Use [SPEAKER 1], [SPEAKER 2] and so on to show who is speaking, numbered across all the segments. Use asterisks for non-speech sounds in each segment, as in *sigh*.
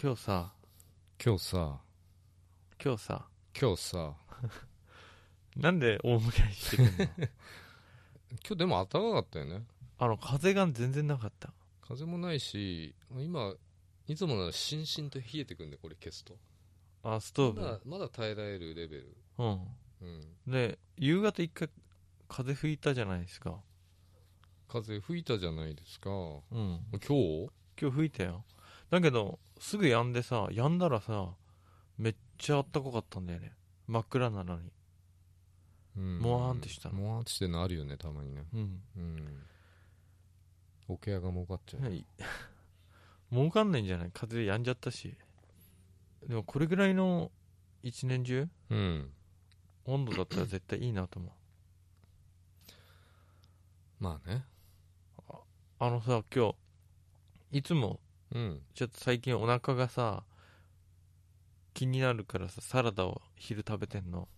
[SPEAKER 1] 今日さ
[SPEAKER 2] 今日さ
[SPEAKER 1] 今日さ
[SPEAKER 2] 今日さ
[SPEAKER 1] なんで大向かいしてるの
[SPEAKER 2] 今日でも暖かかったよね
[SPEAKER 1] *laughs* あの風が全然なかった
[SPEAKER 2] 風もないし今いつもならしんしんと冷えてくんでこれ消すと
[SPEAKER 1] あストー
[SPEAKER 2] ま
[SPEAKER 1] ブ
[SPEAKER 2] だまだ耐えられるレベル
[SPEAKER 1] う
[SPEAKER 2] うん
[SPEAKER 1] んで夕方一回風吹いたじゃないですか
[SPEAKER 2] 風吹いたじゃないですか
[SPEAKER 1] うん
[SPEAKER 2] 今日
[SPEAKER 1] 今日吹いたよだけどすぐ止んでさ止んだらさめっちゃあったかかったんだよね真っ暗なのに
[SPEAKER 2] うん
[SPEAKER 1] もわーんとしたの
[SPEAKER 2] もわーんとしてるのあるよねたまにね
[SPEAKER 1] うん
[SPEAKER 2] うんおケアが儲かっちゃう、
[SPEAKER 1] はい *laughs* 儲かんないんじゃない風で止んじゃったしでもこれぐらいの一年中
[SPEAKER 2] うん
[SPEAKER 1] 温度だったら絶対いいなと思う
[SPEAKER 2] まあね
[SPEAKER 1] あのさ今日いつも
[SPEAKER 2] うん
[SPEAKER 1] ちょっと最近お腹がさ気になるからさサラダを昼食べてん
[SPEAKER 2] *laughs*
[SPEAKER 1] の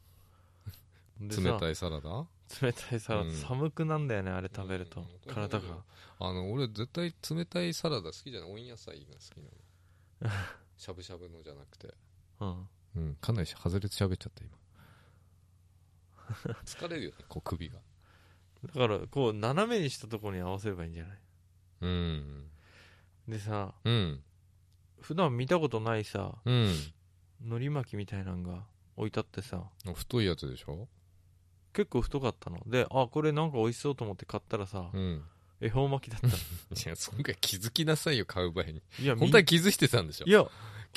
[SPEAKER 1] でさ
[SPEAKER 2] 冷たいサラダ
[SPEAKER 1] 冷たいサラダ、
[SPEAKER 2] うん
[SPEAKER 1] 寒くなんだよねあれ食べると、
[SPEAKER 2] うん
[SPEAKER 1] 体が
[SPEAKER 2] あの俺絶対冷たいサラダ好きじゃない温野菜が好きなの
[SPEAKER 1] *laughs*
[SPEAKER 2] しゃぶしゃぶのじゃなくて
[SPEAKER 1] うん
[SPEAKER 2] うんかなり外れて喋っちゃっ
[SPEAKER 1] *laughs*
[SPEAKER 2] た今疲れるよねこう首が
[SPEAKER 1] だからこう斜めにしたところに合わせればいいんじゃない
[SPEAKER 2] うん
[SPEAKER 1] でさ
[SPEAKER 2] うん
[SPEAKER 1] 普段見たことないさ
[SPEAKER 2] うん
[SPEAKER 1] 海苔巻きみたいなのが置いてあってさ
[SPEAKER 2] 太いやつでしょ
[SPEAKER 1] 結構太かったのであこれなんか美味しそうと思って買ったらさ
[SPEAKER 2] うん
[SPEAKER 1] 恵方巻き
[SPEAKER 2] *laughs*
[SPEAKER 1] だったの
[SPEAKER 2] いやそんぐらい気づきなさいよ買う前に
[SPEAKER 1] いやみん
[SPEAKER 2] 本当は気づいてたんでしょ
[SPEAKER 1] いや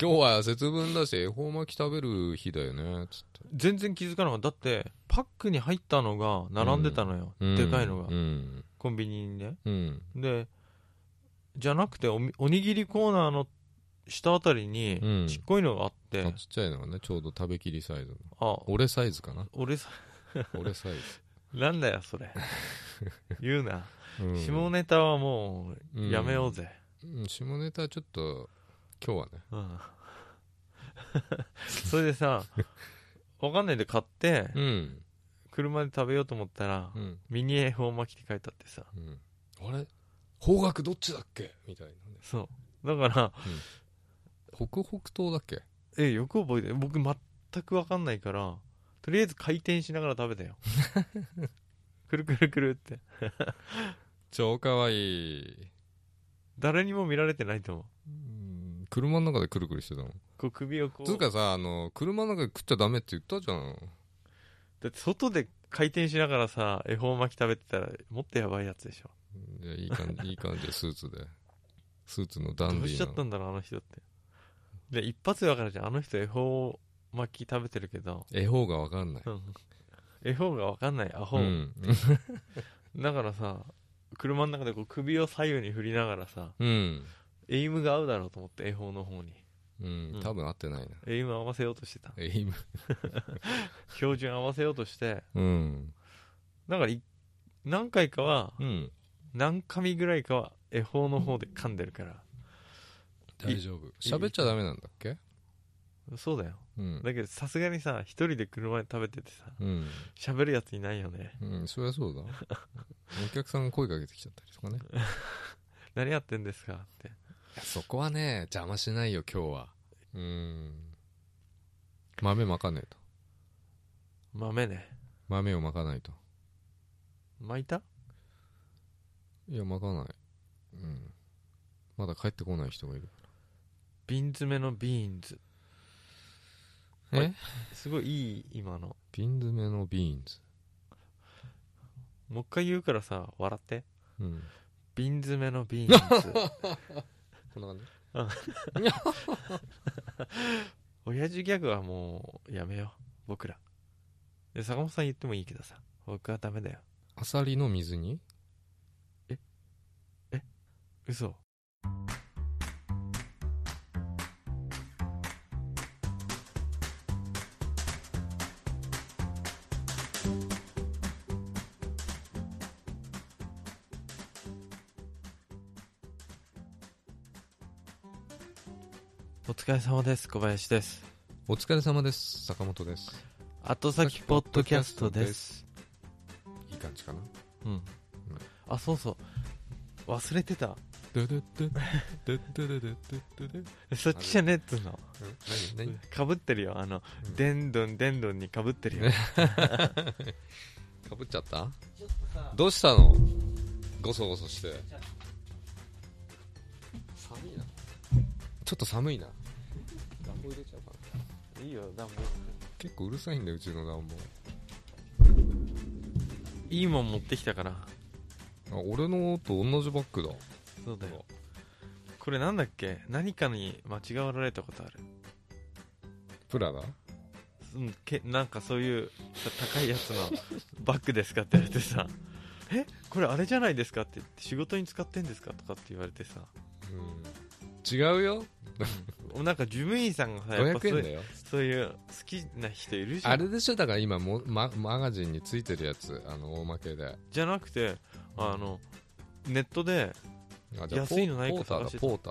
[SPEAKER 2] 今日は節分だし恵方巻き食べる日だよねつって
[SPEAKER 1] 全然気づかなかっただってパックに入ったのが並んでたのよ、
[SPEAKER 2] うん
[SPEAKER 1] でかいのが、
[SPEAKER 2] うん
[SPEAKER 1] コンビニにね
[SPEAKER 2] うん
[SPEAKER 1] でじゃなくておみおにぎりコーナーの下あたり
[SPEAKER 2] う
[SPEAKER 1] に
[SPEAKER 2] ん
[SPEAKER 1] ちっこいのがあって、
[SPEAKER 2] あちっちゃいのがねちょうど食べきりサイズの
[SPEAKER 1] あ
[SPEAKER 2] 俺サイズ
[SPEAKER 1] *laughs*
[SPEAKER 2] かな
[SPEAKER 1] 俺さ
[SPEAKER 2] 俺サイ
[SPEAKER 1] *laughs*
[SPEAKER 2] ズ
[SPEAKER 1] なんだよそ
[SPEAKER 2] *laughs*
[SPEAKER 1] れ言うな、
[SPEAKER 2] うん
[SPEAKER 1] 下ネタはもうやめようぜ、
[SPEAKER 2] うん下ネタちょっと今日はね
[SPEAKER 1] うん *laughs* それでさわかんないで買って
[SPEAKER 2] うん
[SPEAKER 1] 車で食べようと思ったら、
[SPEAKER 2] うん
[SPEAKER 1] ミニ恵方巻きって書いてあってさ
[SPEAKER 2] うんあれ方角どっちだっけみたいなね
[SPEAKER 1] そうだから
[SPEAKER 2] 北北東だっけ
[SPEAKER 1] えよく覚えてる僕全く分かんないからとりあえず回転しながら食べた
[SPEAKER 2] *laughs*
[SPEAKER 1] よくるくるくるって
[SPEAKER 2] 超かわいい
[SPEAKER 1] 誰にも見られてないと思う
[SPEAKER 2] うん車の中でくるくるしてたの
[SPEAKER 1] こう首をこう
[SPEAKER 2] つうかさあの車の中で食っちゃダメって言ったじゃん
[SPEAKER 1] だって外で回転しながらさ恵方巻き食べてたらもっとやばいやつでしょ
[SPEAKER 2] いやいい感じ *laughs* いい感じでスーツでスーツのダ
[SPEAKER 1] ど
[SPEAKER 2] ンデ
[SPEAKER 1] う
[SPEAKER 2] ィ
[SPEAKER 1] し
[SPEAKER 2] ー
[SPEAKER 1] ちゃ
[SPEAKER 2] な
[SPEAKER 1] ったんだろうあの人ってで一発で分かるじゃんあの人恵方巻き食べてるけど
[SPEAKER 2] 絵方がわかんない
[SPEAKER 1] うん恵方が分かんないアホ、
[SPEAKER 2] うん
[SPEAKER 1] だからさ車の中でこう首を左右に振りながらさ
[SPEAKER 2] うん、
[SPEAKER 1] エイムが合うだろうと思って恵方の方に
[SPEAKER 2] うん
[SPEAKER 1] うん
[SPEAKER 2] 多分合ってないな
[SPEAKER 1] エイム合わせようとしてた
[SPEAKER 2] エイム
[SPEAKER 1] 標準合わせようとして
[SPEAKER 2] うん
[SPEAKER 1] だからい何回かは
[SPEAKER 2] うん
[SPEAKER 1] 何紙ぐらいかは恵方の方で噛んでるから
[SPEAKER 2] 大丈夫喋っちゃダメなんだっけ
[SPEAKER 1] そうだよ
[SPEAKER 2] うん
[SPEAKER 1] だけどさすがにさ一人で車で食べててさ
[SPEAKER 2] うん
[SPEAKER 1] 喋るやついないよね
[SPEAKER 2] うん、そりゃそうだ。 *laughs* お客さんが声かけてきちゃったりとかね。
[SPEAKER 1] 何やってんですかって
[SPEAKER 2] そこはね、邪魔しないよ、今日は。うーん。豆まかねえと。
[SPEAKER 1] 豆ね
[SPEAKER 2] 豆をまかないと。
[SPEAKER 1] 巻いた
[SPEAKER 2] いや、まかない。うん。まだ帰ってこない人がいる。
[SPEAKER 1] 瓶詰めのビーンズ
[SPEAKER 2] え
[SPEAKER 1] すごいいい今の
[SPEAKER 2] 瓶詰めのビーンズ。
[SPEAKER 1] もう一回言うからさ笑って
[SPEAKER 2] うん。
[SPEAKER 1] 瓶詰めのビーンズ
[SPEAKER 2] こんな感じ
[SPEAKER 1] 親父ギャグはもうやめよう僕らで坂本さん言ってもいいけどさ僕はダメだよ
[SPEAKER 2] アサリの水煮
[SPEAKER 1] 嘘お疲れ様です小林です
[SPEAKER 2] お疲れ様です。坂本です。
[SPEAKER 1] 後先ポッドキャストです
[SPEAKER 2] いい感じかな
[SPEAKER 1] うんあそうそう忘れてた
[SPEAKER 2] ドドドドドドドドドド
[SPEAKER 1] そっちじゃねえっつうの
[SPEAKER 2] 何何
[SPEAKER 1] かぶってるよあの、
[SPEAKER 2] うん
[SPEAKER 1] でんどんでんどんにかぶってる
[SPEAKER 2] *laughs*
[SPEAKER 1] よ
[SPEAKER 2] かぶっちゃった
[SPEAKER 3] ちょっとさ
[SPEAKER 2] どうしたのごそごそして寒いなちょっと寒いな暖房入れちゃうかない
[SPEAKER 1] いよダンボ
[SPEAKER 2] 結構うるさいんだようちの暖
[SPEAKER 1] いいもん持ってきたから
[SPEAKER 2] 房あ俺のと同じバッグだ
[SPEAKER 1] そうだよこれなんだっけ何かに間違われたことある
[SPEAKER 2] プラだ
[SPEAKER 1] うんけなんかそういうさ高いや
[SPEAKER 2] *laughs*
[SPEAKER 1] つのバッグですかって言われてさえこれあれじゃないですかって言って仕事に使ってんですかとかって言われてさ
[SPEAKER 2] うん違うよ
[SPEAKER 1] なんか事務員さんがさやっぱ
[SPEAKER 2] 500
[SPEAKER 1] そう
[SPEAKER 2] 円
[SPEAKER 1] い
[SPEAKER 2] だ
[SPEAKER 1] う
[SPEAKER 2] よ
[SPEAKER 1] そういう好きな人いるじゃん
[SPEAKER 2] あれでしょだから今も、ま、マガジンについてるやつあの大負けであ
[SPEAKER 1] じゃなくてあのネットで
[SPEAKER 2] じゃあポ
[SPEAKER 1] 安いのないか
[SPEAKER 2] ポーター
[SPEAKER 1] 探
[SPEAKER 2] だ
[SPEAKER 1] してた
[SPEAKER 2] ポータ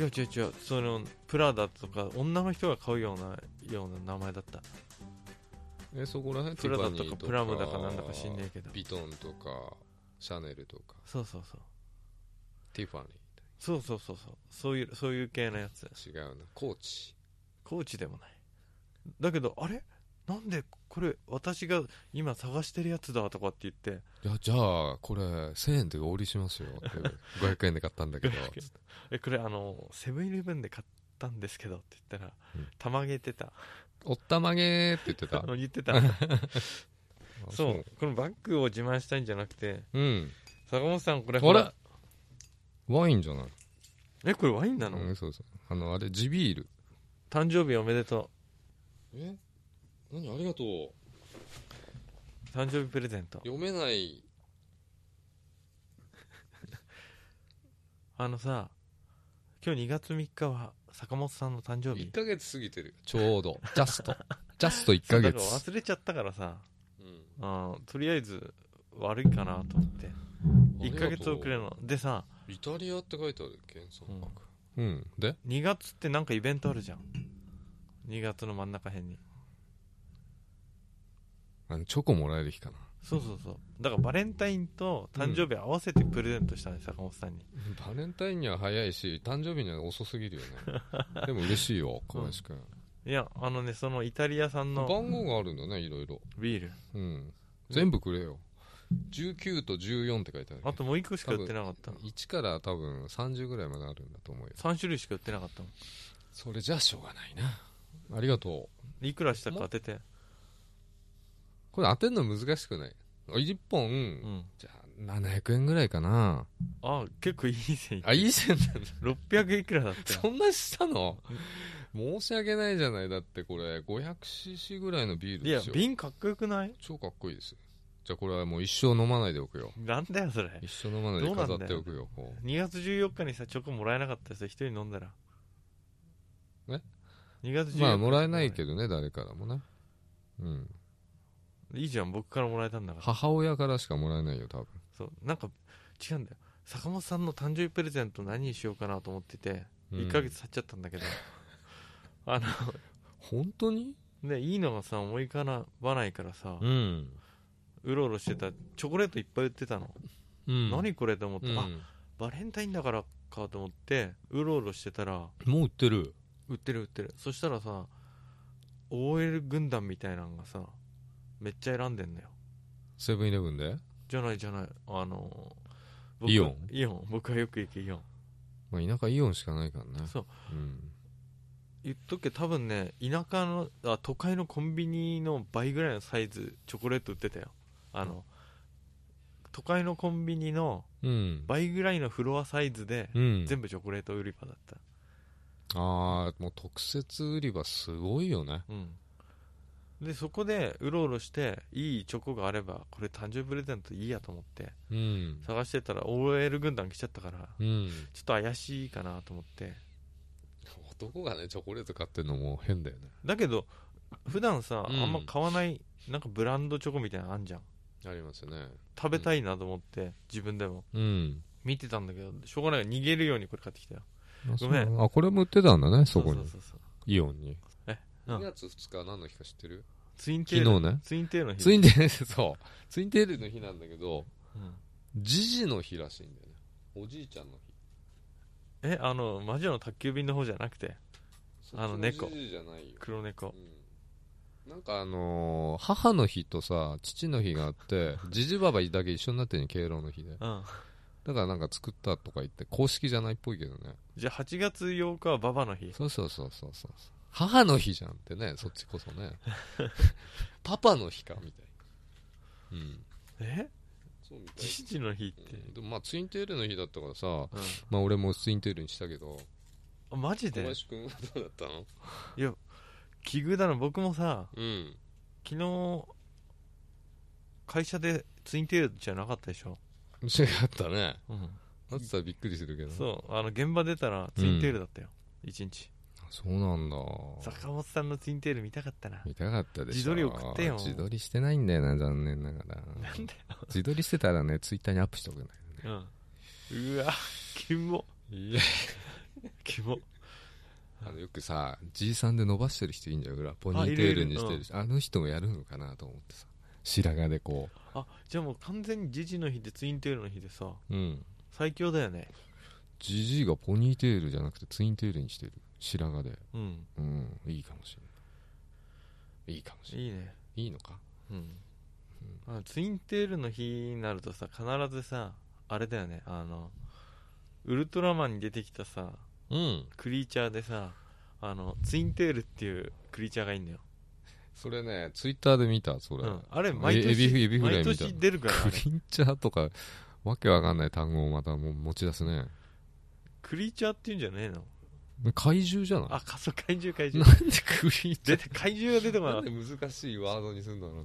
[SPEAKER 1] いや違う違う違うそのプラダとか女の人が買うようなような名前だった
[SPEAKER 2] えそこら辺
[SPEAKER 1] プラダとかプラムだかなんだか知んねえけど
[SPEAKER 2] ビトンとかシャネルとか
[SPEAKER 1] そうそうそう
[SPEAKER 2] ティファニ
[SPEAKER 1] そうそうそうそうそういうそういう系のやつ
[SPEAKER 2] ー違うなコーチ
[SPEAKER 1] コーチでもないだけどあれなんでこれ私が今探してるやつだとかって言って
[SPEAKER 2] いやじゃあこれ1000円でお売りしますよって500円で買ったんだけど
[SPEAKER 1] えこれあのセブンイレブンで買ったんですけどって言ったら
[SPEAKER 2] うん
[SPEAKER 1] たまげてた
[SPEAKER 2] *laughs* おったまげーって
[SPEAKER 1] *laughs*
[SPEAKER 2] 言ってたあ
[SPEAKER 1] 言って
[SPEAKER 2] *laughs*
[SPEAKER 1] たそうこのバッグを自慢したいんじゃなくて
[SPEAKER 2] うん
[SPEAKER 1] 坂本さんこれ
[SPEAKER 2] あれワインじゃない
[SPEAKER 1] えこれワインなの、
[SPEAKER 2] うんそうそうあのあれ地ビール
[SPEAKER 1] 誕生日おめでと
[SPEAKER 2] え何ありがとう
[SPEAKER 1] う誕生日プレゼント
[SPEAKER 2] 読めない
[SPEAKER 1] あのさ今日2月3日は坂本さんの誕生
[SPEAKER 2] 1
[SPEAKER 1] 日
[SPEAKER 2] ヶ月過ぎてるちょうどジャストジャスト1ヶ
[SPEAKER 1] だから
[SPEAKER 2] 月
[SPEAKER 1] 忘れちゃったからさ
[SPEAKER 2] うん
[SPEAKER 1] うんとりあえず悪いかなと思って1ヶ月遅れのでさ
[SPEAKER 2] イタリアって書いてある原産
[SPEAKER 1] 国
[SPEAKER 2] うん、で
[SPEAKER 1] 2月ってなんかイベントあるじゃん2月の真ん中辺に
[SPEAKER 2] あのチョコもらえる日かな
[SPEAKER 1] そうそうそうだからバレンタインと誕生日合わせてプレゼントしたね、坂本さんに
[SPEAKER 2] バレンタインには早いし誕生日には遅すぎるよ *laughs* ねでも嬉しいよ小林君、
[SPEAKER 1] いやあのねそのイタリア産の
[SPEAKER 2] 番号があるんだねいろいろ
[SPEAKER 1] ビール
[SPEAKER 2] うん全部くれよ19と14って書いてある
[SPEAKER 1] あともう1個しか売ってなかった
[SPEAKER 2] 1から多分30ぐらいまであるんだと思うよ
[SPEAKER 1] 3種類しか売ってなかったも
[SPEAKER 2] それじゃあしょうがないなありがとうん
[SPEAKER 1] いくらしたか当てて
[SPEAKER 2] これ当てるの難しくない1本、
[SPEAKER 1] うん
[SPEAKER 2] じゃあ700円ぐらいかな
[SPEAKER 1] あ結構いい線いって
[SPEAKER 2] あいい線だ
[SPEAKER 1] 600いくらだったよ
[SPEAKER 2] そんなしたの申し訳ないじゃないだってこれ 500cc ぐらいのビール
[SPEAKER 1] いや
[SPEAKER 2] ですよ
[SPEAKER 1] 瓶かっこよくない
[SPEAKER 2] 超かっこいいですよじゃあこれはもう一生飲まないでおくよ
[SPEAKER 1] なんだよそれ
[SPEAKER 2] 一生飲まないで飾っておくよこう
[SPEAKER 1] 2月14日にさチョコもらえなかったらさ一人飲んだら
[SPEAKER 2] え
[SPEAKER 1] 2月14日
[SPEAKER 2] まあもらえないけどね誰からもねうん
[SPEAKER 1] いいじゃん僕からもらえたんだから
[SPEAKER 2] 母親からしかもらえないよ多分
[SPEAKER 1] そうなんか違うんだよ坂本さんの誕生日プレゼント何にしようかなと思ってて、
[SPEAKER 2] うん
[SPEAKER 1] 1ヶ月経っちゃったん
[SPEAKER 2] *laughs*
[SPEAKER 1] だけどあ
[SPEAKER 2] 本当に
[SPEAKER 1] のねいいのがさ思い浮かばないからさ
[SPEAKER 2] うん、
[SPEAKER 1] うろうろしてたチョコレートいっぱい売ってたの、
[SPEAKER 2] うん、
[SPEAKER 1] 何これと思って、
[SPEAKER 2] うん
[SPEAKER 1] あバレンタインだからかと思ってうろうろしてたら
[SPEAKER 2] もう売ってる
[SPEAKER 1] 売ってる売ってるそしたらさ OL 軍団みたいなのがさめっちゃ選んでんのよ
[SPEAKER 2] セブンイレブンで、
[SPEAKER 1] じゃないじゃないあの僕
[SPEAKER 2] イオン
[SPEAKER 1] イオン僕はよく行くイオン
[SPEAKER 2] まあ、田舎イオンしかないからね
[SPEAKER 1] そう
[SPEAKER 2] うん
[SPEAKER 1] 言っとくけど多分ね田舎のあ都会のコンビニの倍ぐらいのサイズチョコレート売ってたよあの都会のコンビニの
[SPEAKER 2] うん、
[SPEAKER 1] 倍ぐらいのフロアサイズで
[SPEAKER 2] うん、
[SPEAKER 1] 全部チョコレート売り場だった
[SPEAKER 2] ああもう特設売り場すごいよね
[SPEAKER 1] うんでそこでうろうろしていいチョコがあればこれ誕生日プレゼントいいやと思って
[SPEAKER 2] うん
[SPEAKER 1] 探してたら OL 軍団来ちゃったから
[SPEAKER 2] うん
[SPEAKER 1] ちょっと怪しいかなと思って
[SPEAKER 2] 男がねチョコレート買ってんのも変だよね
[SPEAKER 1] だけど普段さ、
[SPEAKER 2] うん
[SPEAKER 1] あんま買わないなんかブランドチョコみたいなのあんじゃん
[SPEAKER 2] ありますよね
[SPEAKER 1] 食べたいなと思って、自分でも
[SPEAKER 2] うん
[SPEAKER 1] 見てたんだけどしょうがないから逃げるようにこれ買ってきたよごめん
[SPEAKER 2] あこれも売ってたんだねそこに
[SPEAKER 1] うそうそう
[SPEAKER 2] イオンに
[SPEAKER 1] そう、うん、
[SPEAKER 2] 月2日は何の日か知ってる
[SPEAKER 1] ツインテー
[SPEAKER 2] 昨
[SPEAKER 1] ル
[SPEAKER 2] 日ね
[SPEAKER 1] ツインテールの日
[SPEAKER 2] ツインテールそうツインテールの日なんだけど
[SPEAKER 1] うん
[SPEAKER 2] 時事の日らしいんだよねおじいちゃんの
[SPEAKER 1] えあの魔女の宅急便の方じゃなくて
[SPEAKER 2] 日
[SPEAKER 1] あの
[SPEAKER 2] そっちおじいじゃないよ、
[SPEAKER 1] 黒猫
[SPEAKER 2] うん、なんかあのー母の日とさ父の日があ *laughs* ってじじばばだけ一緒になってるの敬老の日で
[SPEAKER 1] うん
[SPEAKER 2] だからなんか作ったとか言って公式じゃないっぽいけどね
[SPEAKER 1] じゃあ8月8日はババの日
[SPEAKER 2] そうそうそうそうそう母の日じゃんってねそっちこそ *laughs* ねパパの日かみたいなうん
[SPEAKER 1] え
[SPEAKER 2] そうみたい
[SPEAKER 1] 父の日って、
[SPEAKER 2] うんでもまあツインテールの日だったからさ
[SPEAKER 1] うん
[SPEAKER 2] まあ俺もツインテールにしたけど
[SPEAKER 1] あマジ
[SPEAKER 2] 小
[SPEAKER 1] で
[SPEAKER 2] 林君はどうだったの
[SPEAKER 1] 奇遇だな僕もさ
[SPEAKER 2] うん
[SPEAKER 1] 昨日会社でツインテールじゃなかったでしょ、
[SPEAKER 2] 違ったね
[SPEAKER 1] うん、
[SPEAKER 2] あってたらびっくりするけどう
[SPEAKER 1] そうあの現場出たらツインテールだったよ、一日
[SPEAKER 2] そうなんだ
[SPEAKER 1] 坂本さんのツインテール見たかったな
[SPEAKER 2] 見たかったでし
[SPEAKER 1] 自
[SPEAKER 2] ょ
[SPEAKER 1] 撮り送ってよ
[SPEAKER 2] 自撮りしてないんだよな残念ながら
[SPEAKER 1] なんだよ
[SPEAKER 2] 自撮りしてたらねツイッターにアップしておくんだ
[SPEAKER 1] うん、うわキモ
[SPEAKER 2] けどいや
[SPEAKER 1] キモ
[SPEAKER 2] あのよくさ G さんで伸ばしてる人いいんじゃん裏ポニーテールにしてるしあの人もやるのかなと思ってさ白髪でこ
[SPEAKER 1] あじゃあもう完全にジジの日でツインテールの日でさ
[SPEAKER 2] ううん
[SPEAKER 1] 最強だよね
[SPEAKER 2] ジジイがポニーテールじゃなくてツインテールにしてる白髪で
[SPEAKER 1] うん
[SPEAKER 2] うんいいかもしれないいいかもしれない
[SPEAKER 1] いいね
[SPEAKER 2] いいのか
[SPEAKER 1] うんあツインテールの日になるとさ必ずさあれだよねあのウルトラマンに出てきたさ
[SPEAKER 2] うん
[SPEAKER 1] クリーチャーでさあのツインテールっていうクリーチャーがいんだよ、
[SPEAKER 2] それねツイッターで見たそれ、
[SPEAKER 1] うん、あれ毎年
[SPEAKER 2] エビフエビフライ
[SPEAKER 1] 毎
[SPEAKER 2] みたいな
[SPEAKER 1] 年出るからあ
[SPEAKER 2] ク
[SPEAKER 1] れ
[SPEAKER 2] リンチャーとかわけわかんない単語をまたもう持ち出すね
[SPEAKER 1] クリーチャーっていうんじゃねえの
[SPEAKER 2] 怪獣じゃない
[SPEAKER 1] あかそう怪獣怪
[SPEAKER 2] な
[SPEAKER 1] 獣
[SPEAKER 2] んでクリンチャ
[SPEAKER 1] 出て怪獣が出てこなか
[SPEAKER 2] ーな
[SPEAKER 1] っ
[SPEAKER 2] ん
[SPEAKER 1] た
[SPEAKER 2] で難しいワードにするんだろうね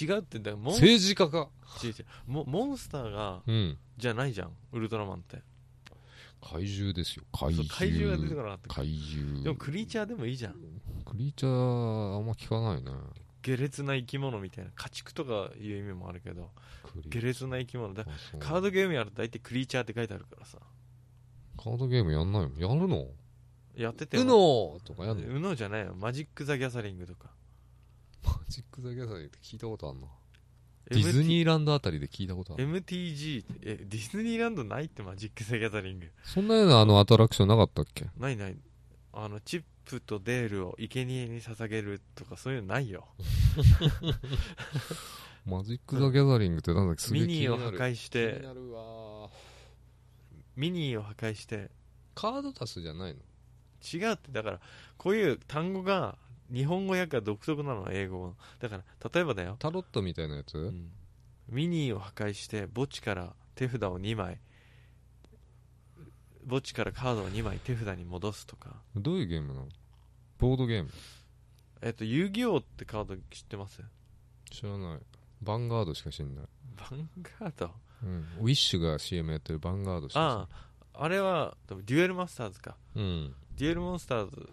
[SPEAKER 1] 違うってだからモン違
[SPEAKER 2] 政治家か
[SPEAKER 1] う違うモモンスターが
[SPEAKER 2] うん
[SPEAKER 1] じゃないじゃんウルトラマンって
[SPEAKER 2] 怪獣ですよ怪
[SPEAKER 1] そう
[SPEAKER 2] 獣
[SPEAKER 1] 怪獣が出てこなかった
[SPEAKER 2] 怪獣
[SPEAKER 1] でもクリーチャーでもいいじゃん
[SPEAKER 2] クリーチャーあんま聞かないね
[SPEAKER 1] 下劣な生き物みたいな家畜とかいう意味もあるけど
[SPEAKER 2] クリ
[SPEAKER 1] 下劣な生き物だ
[SPEAKER 2] あそう
[SPEAKER 1] カードゲームやると大体クリーチャーって書いてあるからさ
[SPEAKER 2] カードゲームやんないのやるの
[SPEAKER 1] やってて
[SPEAKER 2] う
[SPEAKER 1] も
[SPEAKER 2] のとかやんの
[SPEAKER 1] うのじゃないよマジック・ザ・ギャザリングとか
[SPEAKER 2] マジック・ザ・ギャザリーって聞いたことあんなディズニーランドあたりで聞いたことある
[SPEAKER 1] MTG ってえディズニーランドないってマジック・ザ・ギャザリング
[SPEAKER 2] そんなようなあのアトラクションなかったっけ
[SPEAKER 1] ないないあのチップとデールを生贄に捧げるとかそういうのないよ
[SPEAKER 2] マジック・ザ・ギャザリングってなんだっけすげえ
[SPEAKER 1] ミニーを
[SPEAKER 2] 気
[SPEAKER 1] 破
[SPEAKER 2] になる
[SPEAKER 1] 壊して
[SPEAKER 2] 気になるわー
[SPEAKER 1] ミニーを破壊して
[SPEAKER 2] カードタスじゃないの
[SPEAKER 1] 違うってだからこういう単語が日本語訳が独特なの英語のだから例えばだよ、
[SPEAKER 2] タロットみたいなやつ、
[SPEAKER 1] うんミニーを破壊して墓地から手札を2枚墓地からカードを2枚手札に戻すとか
[SPEAKER 2] どういうゲームなのボードゲーム
[SPEAKER 1] えっと遊戯王ってカード知ってます
[SPEAKER 2] 知らないバンガードしか知んない、
[SPEAKER 1] ヴァンガード
[SPEAKER 2] うん、ウィッシュが CM やってるバンガードし
[SPEAKER 1] あ
[SPEAKER 2] か
[SPEAKER 1] ああれはデュエルマスターズか
[SPEAKER 2] 知んないうん
[SPEAKER 1] デュエルモンスターズ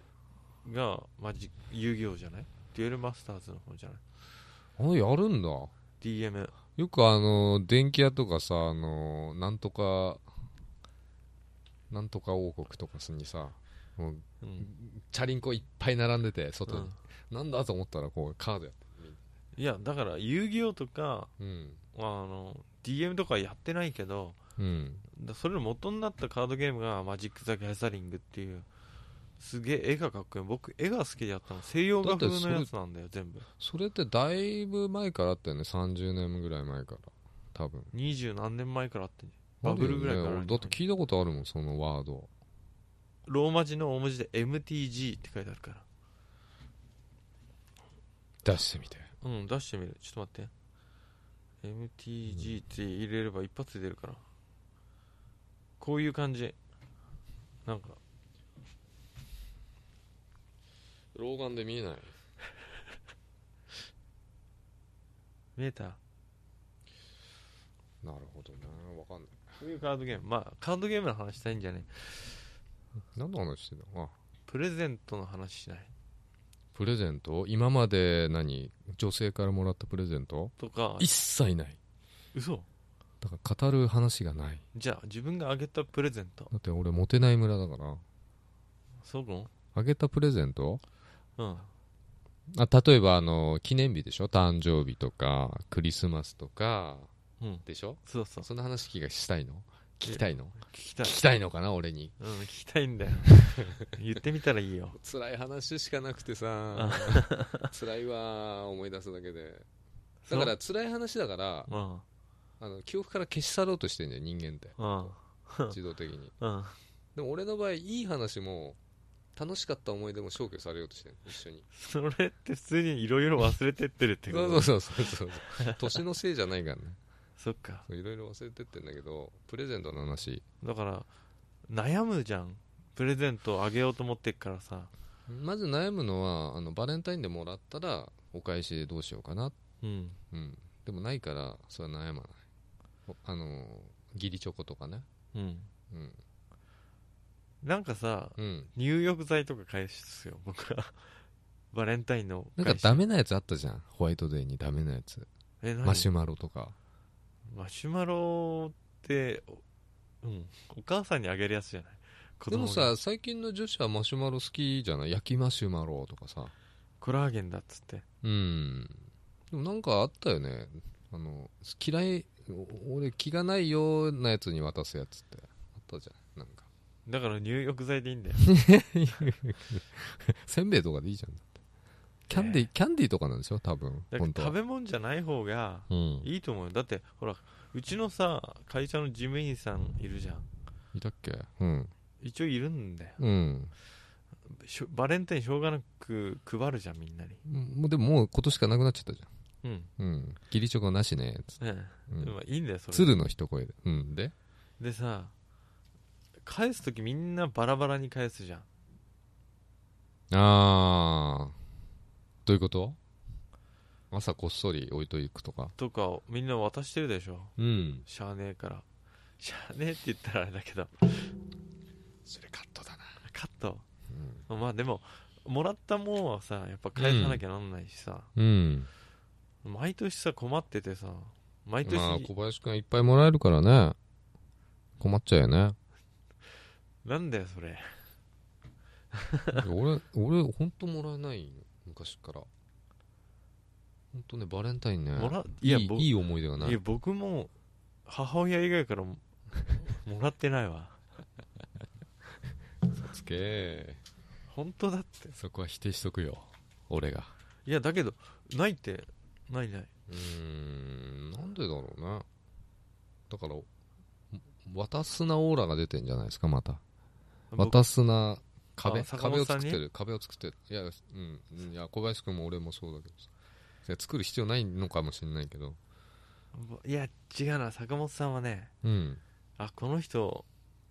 [SPEAKER 1] がマジ遊戯王じゃないデュエルマスターズの方じゃない
[SPEAKER 2] あれやるんだ
[SPEAKER 1] DM
[SPEAKER 2] よくあの電気屋とかさあのなんとかなんとか王国とかにさもう
[SPEAKER 1] うん、
[SPEAKER 2] チャリンコいっぱい並んでて
[SPEAKER 1] う
[SPEAKER 2] 外に
[SPEAKER 1] ん、
[SPEAKER 2] なんだと思ったらこうカードやって
[SPEAKER 1] いやだから遊戯王とか
[SPEAKER 2] うん
[SPEAKER 1] あの DM とかやってないけど
[SPEAKER 2] うん
[SPEAKER 1] だそれの元になったカードゲームがマジック・ザ・ギャザリングっていうすげえ絵がかっこいい僕絵が好きでやったの西洋画風のやつなんだよ全部
[SPEAKER 2] それってだいぶ前からあったよね30年ぐらい前から多分
[SPEAKER 1] 二十何年前からあってねバブルぐらいからある
[SPEAKER 2] あるよね俺だって聞いたことあるもんそのワード
[SPEAKER 1] ローマ字の大文字で MTG って書いてあるから
[SPEAKER 2] 出してみて
[SPEAKER 1] うん出してみるちょっと待って MTG って入れれば一発で出るからこういう感じなんか
[SPEAKER 2] 老眼で見えない
[SPEAKER 1] 見えた
[SPEAKER 2] なるほどねわかんない
[SPEAKER 1] こういうカードゲームまあカードゲームの話したいんじゃない
[SPEAKER 2] 何の話してんのあ
[SPEAKER 1] プレゼントの話しない
[SPEAKER 2] プレゼント今まで何女性からもらったプレゼント
[SPEAKER 1] とか
[SPEAKER 2] 一切ない
[SPEAKER 1] 嘘
[SPEAKER 2] だから語る話がない
[SPEAKER 1] じゃあ自分があげたプレゼント
[SPEAKER 2] だって俺モテない村だから
[SPEAKER 1] そうかも
[SPEAKER 2] あげたプレゼント
[SPEAKER 1] うん
[SPEAKER 2] あ例えばあの記念日でしょ誕生日とかクリスマスとか
[SPEAKER 1] うん
[SPEAKER 2] でしょ
[SPEAKER 1] そうそう
[SPEAKER 2] そんな話がしたいの聞きたいの
[SPEAKER 1] 聞きた
[SPEAKER 2] 聞
[SPEAKER 1] い
[SPEAKER 2] きたいのかな俺に
[SPEAKER 1] うん聞きたいん
[SPEAKER 2] *laughs*
[SPEAKER 1] だよ言ってみたらいいよ
[SPEAKER 2] 辛い話しかなくて *laughs* さ辛いわ思い出すだけでだから辛い話だから
[SPEAKER 1] うん
[SPEAKER 2] あの記憶から消し去ろうとしてんだよ人間
[SPEAKER 1] *laughs*
[SPEAKER 2] って
[SPEAKER 1] うん
[SPEAKER 2] 自動的に
[SPEAKER 1] うん
[SPEAKER 2] でも俺の場合いい話も楽しかった思い出も消去されようとしてる一
[SPEAKER 1] *laughs*
[SPEAKER 2] 緒に
[SPEAKER 1] それって普通にいろいろ忘れてってるってこ
[SPEAKER 2] そ
[SPEAKER 1] と
[SPEAKER 2] うそうそうそう
[SPEAKER 1] *laughs*
[SPEAKER 2] そう年のせいじゃないからね
[SPEAKER 1] そっか
[SPEAKER 2] そういろいろ忘れてってんだけどプレゼントの話
[SPEAKER 1] だから悩むじゃんプレゼントあげようと思ってっからさ
[SPEAKER 2] まず悩むのはあのバレンタインでもらったらお返しでどうしようかな、
[SPEAKER 1] うん
[SPEAKER 2] うん、でもないからそれは悩まないおあの義理チョコとかね
[SPEAKER 1] うん
[SPEAKER 2] うん、
[SPEAKER 1] なんかさ
[SPEAKER 2] うん、
[SPEAKER 1] 入浴剤とか返すよ僕は *laughs* バレンタインの
[SPEAKER 2] なんかダメなやつあったじゃんホワイトデーにダメなやつ
[SPEAKER 1] え何
[SPEAKER 2] マシュマロとか
[SPEAKER 1] マシュマロっておうんお母さんにあげるやつじゃない子
[SPEAKER 2] で
[SPEAKER 1] 供
[SPEAKER 2] も
[SPEAKER 1] が
[SPEAKER 2] さ最近の女子はマシュマロ好きじゃない焼きマシュマロとかさ
[SPEAKER 1] コラーゲンだっつって
[SPEAKER 2] うんでもなんかあったよねあの嫌いお俺気がないようなやつに渡すやつってあったじゃんなんか
[SPEAKER 1] だから入浴剤でいいんだ
[SPEAKER 2] *laughs*
[SPEAKER 1] よ
[SPEAKER 2] せんべいとかでいいじゃんキャンディー、キャンディーとかなんでしょ多分
[SPEAKER 1] だから
[SPEAKER 2] 本当は
[SPEAKER 1] 食べ物じゃない方が
[SPEAKER 2] うん
[SPEAKER 1] いいと思うよだってほらうちのさ会社の事務員さんいるじゃん
[SPEAKER 2] いたっけうん
[SPEAKER 1] 一応いるんだよ
[SPEAKER 2] うん
[SPEAKER 1] しょバレンタインしょうがなく配るじゃんみんなに
[SPEAKER 2] もうでももう今年しかなくなっちゃったじ
[SPEAKER 1] うん
[SPEAKER 2] ゃんうん義理チョコなしねつって、
[SPEAKER 1] ね
[SPEAKER 2] うん
[SPEAKER 1] まあいいんだよそれ
[SPEAKER 2] 鶴の一声でうんで
[SPEAKER 1] でさ返す時みんなバラバラに返すじゃん
[SPEAKER 2] ああどういうこと朝こっそり置いといくとか
[SPEAKER 1] とかをみんな渡してるでしょ
[SPEAKER 2] うん
[SPEAKER 1] しゃあねえからしゃあねえって言ったらあれだけど
[SPEAKER 2] それカットだな
[SPEAKER 1] カットまあでももらったもんはさやっぱ返さなきゃなんないしさ、
[SPEAKER 2] うん、
[SPEAKER 1] 毎年さ困っててさ毎年、
[SPEAKER 2] まあ小林くんいっぱいもらえるからね困っちゃうよね
[SPEAKER 1] なんだよそれ
[SPEAKER 2] 俺俺ほんともらえないの昔からほんとねバレンタインね
[SPEAKER 1] もら
[SPEAKER 2] い
[SPEAKER 1] い
[SPEAKER 2] い
[SPEAKER 1] や
[SPEAKER 2] い
[SPEAKER 1] 僕
[SPEAKER 2] い思い出がない
[SPEAKER 1] や
[SPEAKER 2] い
[SPEAKER 1] 僕も母親以外からももらってないわ
[SPEAKER 2] つけ
[SPEAKER 1] 本当だって
[SPEAKER 2] そこは否定しとくよ俺が
[SPEAKER 1] いやだけどないってないないう
[SPEAKER 2] ーんなんでだろうねだから渡すなオーラが出てんじゃないですかまた
[SPEAKER 1] 僕
[SPEAKER 2] 渡すな壁
[SPEAKER 1] あ坂
[SPEAKER 2] 壁を
[SPEAKER 1] 本さ
[SPEAKER 2] 作
[SPEAKER 1] ん
[SPEAKER 2] っ
[SPEAKER 1] に
[SPEAKER 2] てる壁を作ってるいや,、うんうん、いや小林君も俺もそうだけどさいや作る必要ないのかもしれないけど
[SPEAKER 1] いや違うな坂本さんはね
[SPEAKER 2] うん *laughs*
[SPEAKER 1] あこの人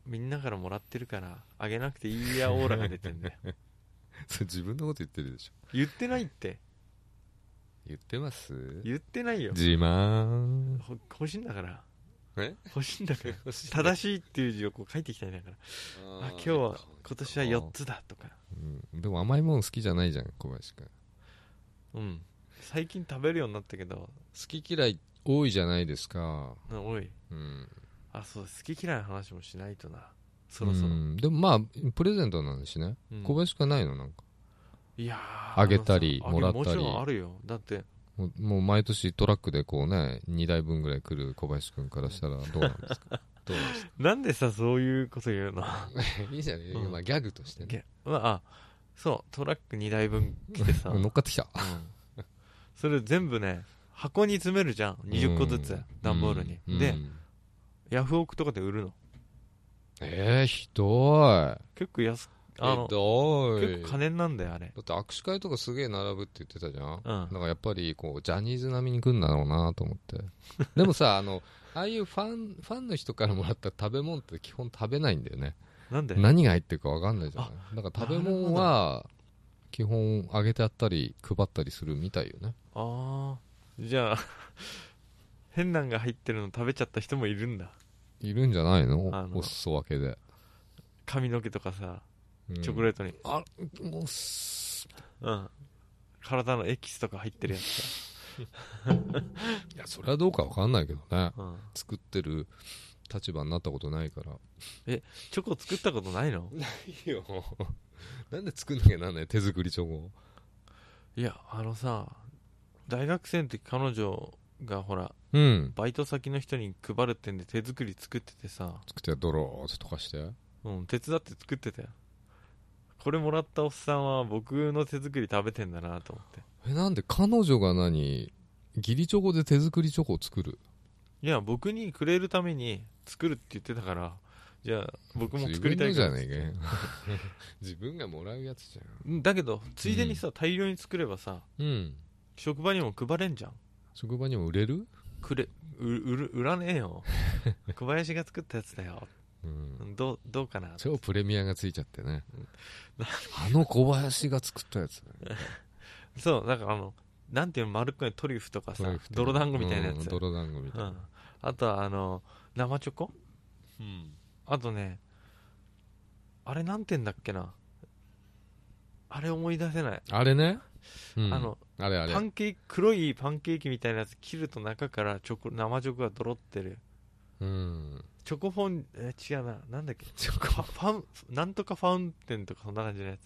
[SPEAKER 1] みんなからもらってるからあげなくていいやオーラが出て
[SPEAKER 2] *laughs*
[SPEAKER 1] んだよ
[SPEAKER 2] それ自分のこと言ってるでしょ
[SPEAKER 1] 言ってないって
[SPEAKER 2] 言ってます
[SPEAKER 1] 言ってないよ
[SPEAKER 2] 自慢
[SPEAKER 1] ほ欲しいんだから
[SPEAKER 2] え
[SPEAKER 1] 欲しいんだから
[SPEAKER 2] *laughs*
[SPEAKER 1] 正しいっていう字をこう書いていきたいんだからあ今日は今年は4、つだとか
[SPEAKER 2] うん、でも甘いもん好きじゃないじゃん小林君好
[SPEAKER 1] うん最近食べるようになったけど
[SPEAKER 2] き嫌い多いじゃないですか
[SPEAKER 1] なおい
[SPEAKER 2] うん
[SPEAKER 1] あそう好き嫌いの話もしないとなそろそろ、
[SPEAKER 2] うんでもまあプレゼントなんだしね、
[SPEAKER 1] うん
[SPEAKER 2] 小林君ないのなんか
[SPEAKER 1] いやー
[SPEAKER 2] あげたり
[SPEAKER 1] あのさあげ
[SPEAKER 2] もらったり
[SPEAKER 1] もちろんあるよだって
[SPEAKER 2] もうもう毎年トラックでこうね2台分ぐらい来る小林君からしたらどうなんですか
[SPEAKER 1] *laughs*
[SPEAKER 2] どうなんですか
[SPEAKER 1] なんでさそういうこと言うの
[SPEAKER 2] いいじゃない、
[SPEAKER 1] うん
[SPEAKER 2] まあギャグとしてね
[SPEAKER 1] げまああそうトラック2台分来てさ、
[SPEAKER 2] 乗っかってきた
[SPEAKER 1] うんそれ全部ね箱に詰めるじゃん20個ず
[SPEAKER 2] う
[SPEAKER 1] つ
[SPEAKER 2] ん
[SPEAKER 1] 段ボールに、
[SPEAKER 2] うんう
[SPEAKER 1] で
[SPEAKER 2] ん
[SPEAKER 1] ヤフオクとかで売るの
[SPEAKER 2] えー、ひどい
[SPEAKER 1] 結構安あの
[SPEAKER 2] ひどい
[SPEAKER 1] 結構金になんだよあれ
[SPEAKER 2] だって握手会とかすげえ並ぶって言ってたじゃん、
[SPEAKER 1] うん
[SPEAKER 2] だからやっぱりこうジャニーズ並みに来るんだろうなと思ってでもさあのああいうファンファンの人からもらった食べ物って基本食べないんだよね
[SPEAKER 1] なんで
[SPEAKER 2] 何が入ってるか分かんないじゃないだから食べ物は基本あげてあったり配ったりするみたいよね
[SPEAKER 1] ああじゃあ *laughs* 変なんが入ってるの食べちゃった人もいるんだ
[SPEAKER 2] いるんじゃないの
[SPEAKER 1] あの
[SPEAKER 2] お裾分けで、
[SPEAKER 1] 髪の毛とかさ
[SPEAKER 2] うん
[SPEAKER 1] チョコレートに
[SPEAKER 2] あもうす
[SPEAKER 1] うん、体のエキスとか入ってるやつさ、
[SPEAKER 2] いやそれはどうか分かんないけどね
[SPEAKER 1] うん、
[SPEAKER 2] 作ってる立場になったことないから
[SPEAKER 1] チョコ作ったことないの
[SPEAKER 2] いいよ *laughs* なんで作んなきゃなんない手作りチョコ
[SPEAKER 1] いやあのさ大学生の時彼女がほら
[SPEAKER 2] うん
[SPEAKER 1] バイト先の人に配るってんで手作り作っててさ、
[SPEAKER 2] 作ってドローっと溶かして
[SPEAKER 1] うん、手伝って作ってたよこれもらったおっさんは僕の手作り食べてんだなと思って
[SPEAKER 2] えなんで彼女が何義理チョコで手作りチョコを作る
[SPEAKER 1] いや僕にくれるために作るって言ってたからじゃあ僕も
[SPEAKER 2] 自
[SPEAKER 1] 作
[SPEAKER 2] 分
[SPEAKER 1] りた
[SPEAKER 2] の
[SPEAKER 1] い
[SPEAKER 2] じ
[SPEAKER 1] か
[SPEAKER 2] ゃ
[SPEAKER 1] ら
[SPEAKER 2] ねえかよ *laughs* 自分がもらうやつじゃ
[SPEAKER 1] うんだけどついでにさ、大量に作ればさ
[SPEAKER 2] んうん
[SPEAKER 1] 職場にも配れんじゃん
[SPEAKER 2] 職場にも売れる
[SPEAKER 1] くれう売る売らねえ
[SPEAKER 2] *laughs*
[SPEAKER 1] よ小林が作ったやつだよ
[SPEAKER 2] うん
[SPEAKER 1] どうどうかな
[SPEAKER 2] 超プレミアがついちゃってね
[SPEAKER 1] うん
[SPEAKER 2] あの小林が作ったやつ
[SPEAKER 1] そうなんかあのなんていうの丸っこいトリュフとかさ泥団子みたいなや
[SPEAKER 2] うん
[SPEAKER 1] つ、
[SPEAKER 2] 泥団子みたい
[SPEAKER 1] うん
[SPEAKER 2] な、
[SPEAKER 1] あとはあの生チョコ
[SPEAKER 2] うん
[SPEAKER 1] あとねあれなんて言うんだっけなあれ思い出せない、
[SPEAKER 2] あれね、うん
[SPEAKER 1] あの
[SPEAKER 2] あれあれ
[SPEAKER 1] パンケーキ黒いパンケーキみたいなやつ切ると中からチョコ生チョコがドロってる
[SPEAKER 2] うん
[SPEAKER 1] チョコフォンえ違うななんだっけチョコファンなんとかファウンテンとかそんな感じのやつ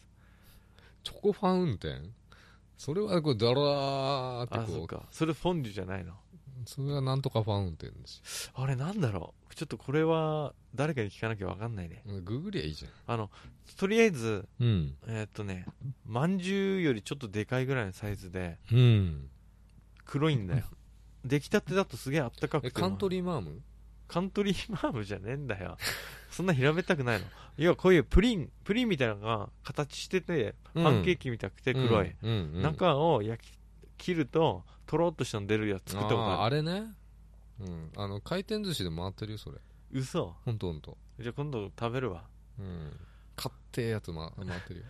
[SPEAKER 2] チョコファウンテンそれはこうドラー
[SPEAKER 1] あ
[SPEAKER 2] って
[SPEAKER 1] そ
[SPEAKER 2] こ
[SPEAKER 1] っ
[SPEAKER 2] う
[SPEAKER 1] かそれフォンデュじゃないの
[SPEAKER 2] それはなんとかファウンテンです
[SPEAKER 1] あれなんだろうちょっとこれは誰かに聞かなきゃ分かんないね
[SPEAKER 2] よググりゃいいじ
[SPEAKER 1] あのとりあえず
[SPEAKER 2] ゃんうん
[SPEAKER 1] えーっとねまんじゅうよりちょっとでかいぐらいのサイズで
[SPEAKER 2] うん
[SPEAKER 1] 黒いん
[SPEAKER 2] *laughs*
[SPEAKER 1] だよ出来たてだとすげえあったかく
[SPEAKER 2] え
[SPEAKER 1] て
[SPEAKER 2] カント
[SPEAKER 1] リー
[SPEAKER 2] リーマーム
[SPEAKER 1] カントリーマームじゃねえんだよ *laughs* そんな平べったくないの要はこういうプリンプリンみたいなのが形しててパンケーキみたくて黒い、
[SPEAKER 2] うんうんうん
[SPEAKER 1] 中を焼き切るととろっとしたの出るやつ作ったこと
[SPEAKER 2] あー
[SPEAKER 1] あ
[SPEAKER 2] あ
[SPEAKER 1] る
[SPEAKER 2] れねうんあの回転寿司で回ってるよそれ
[SPEAKER 1] 嘘
[SPEAKER 2] ほんとほんと
[SPEAKER 1] じゃあ今度食べるわ
[SPEAKER 2] うん買ってえやつ、ま、回ってる
[SPEAKER 1] *laughs*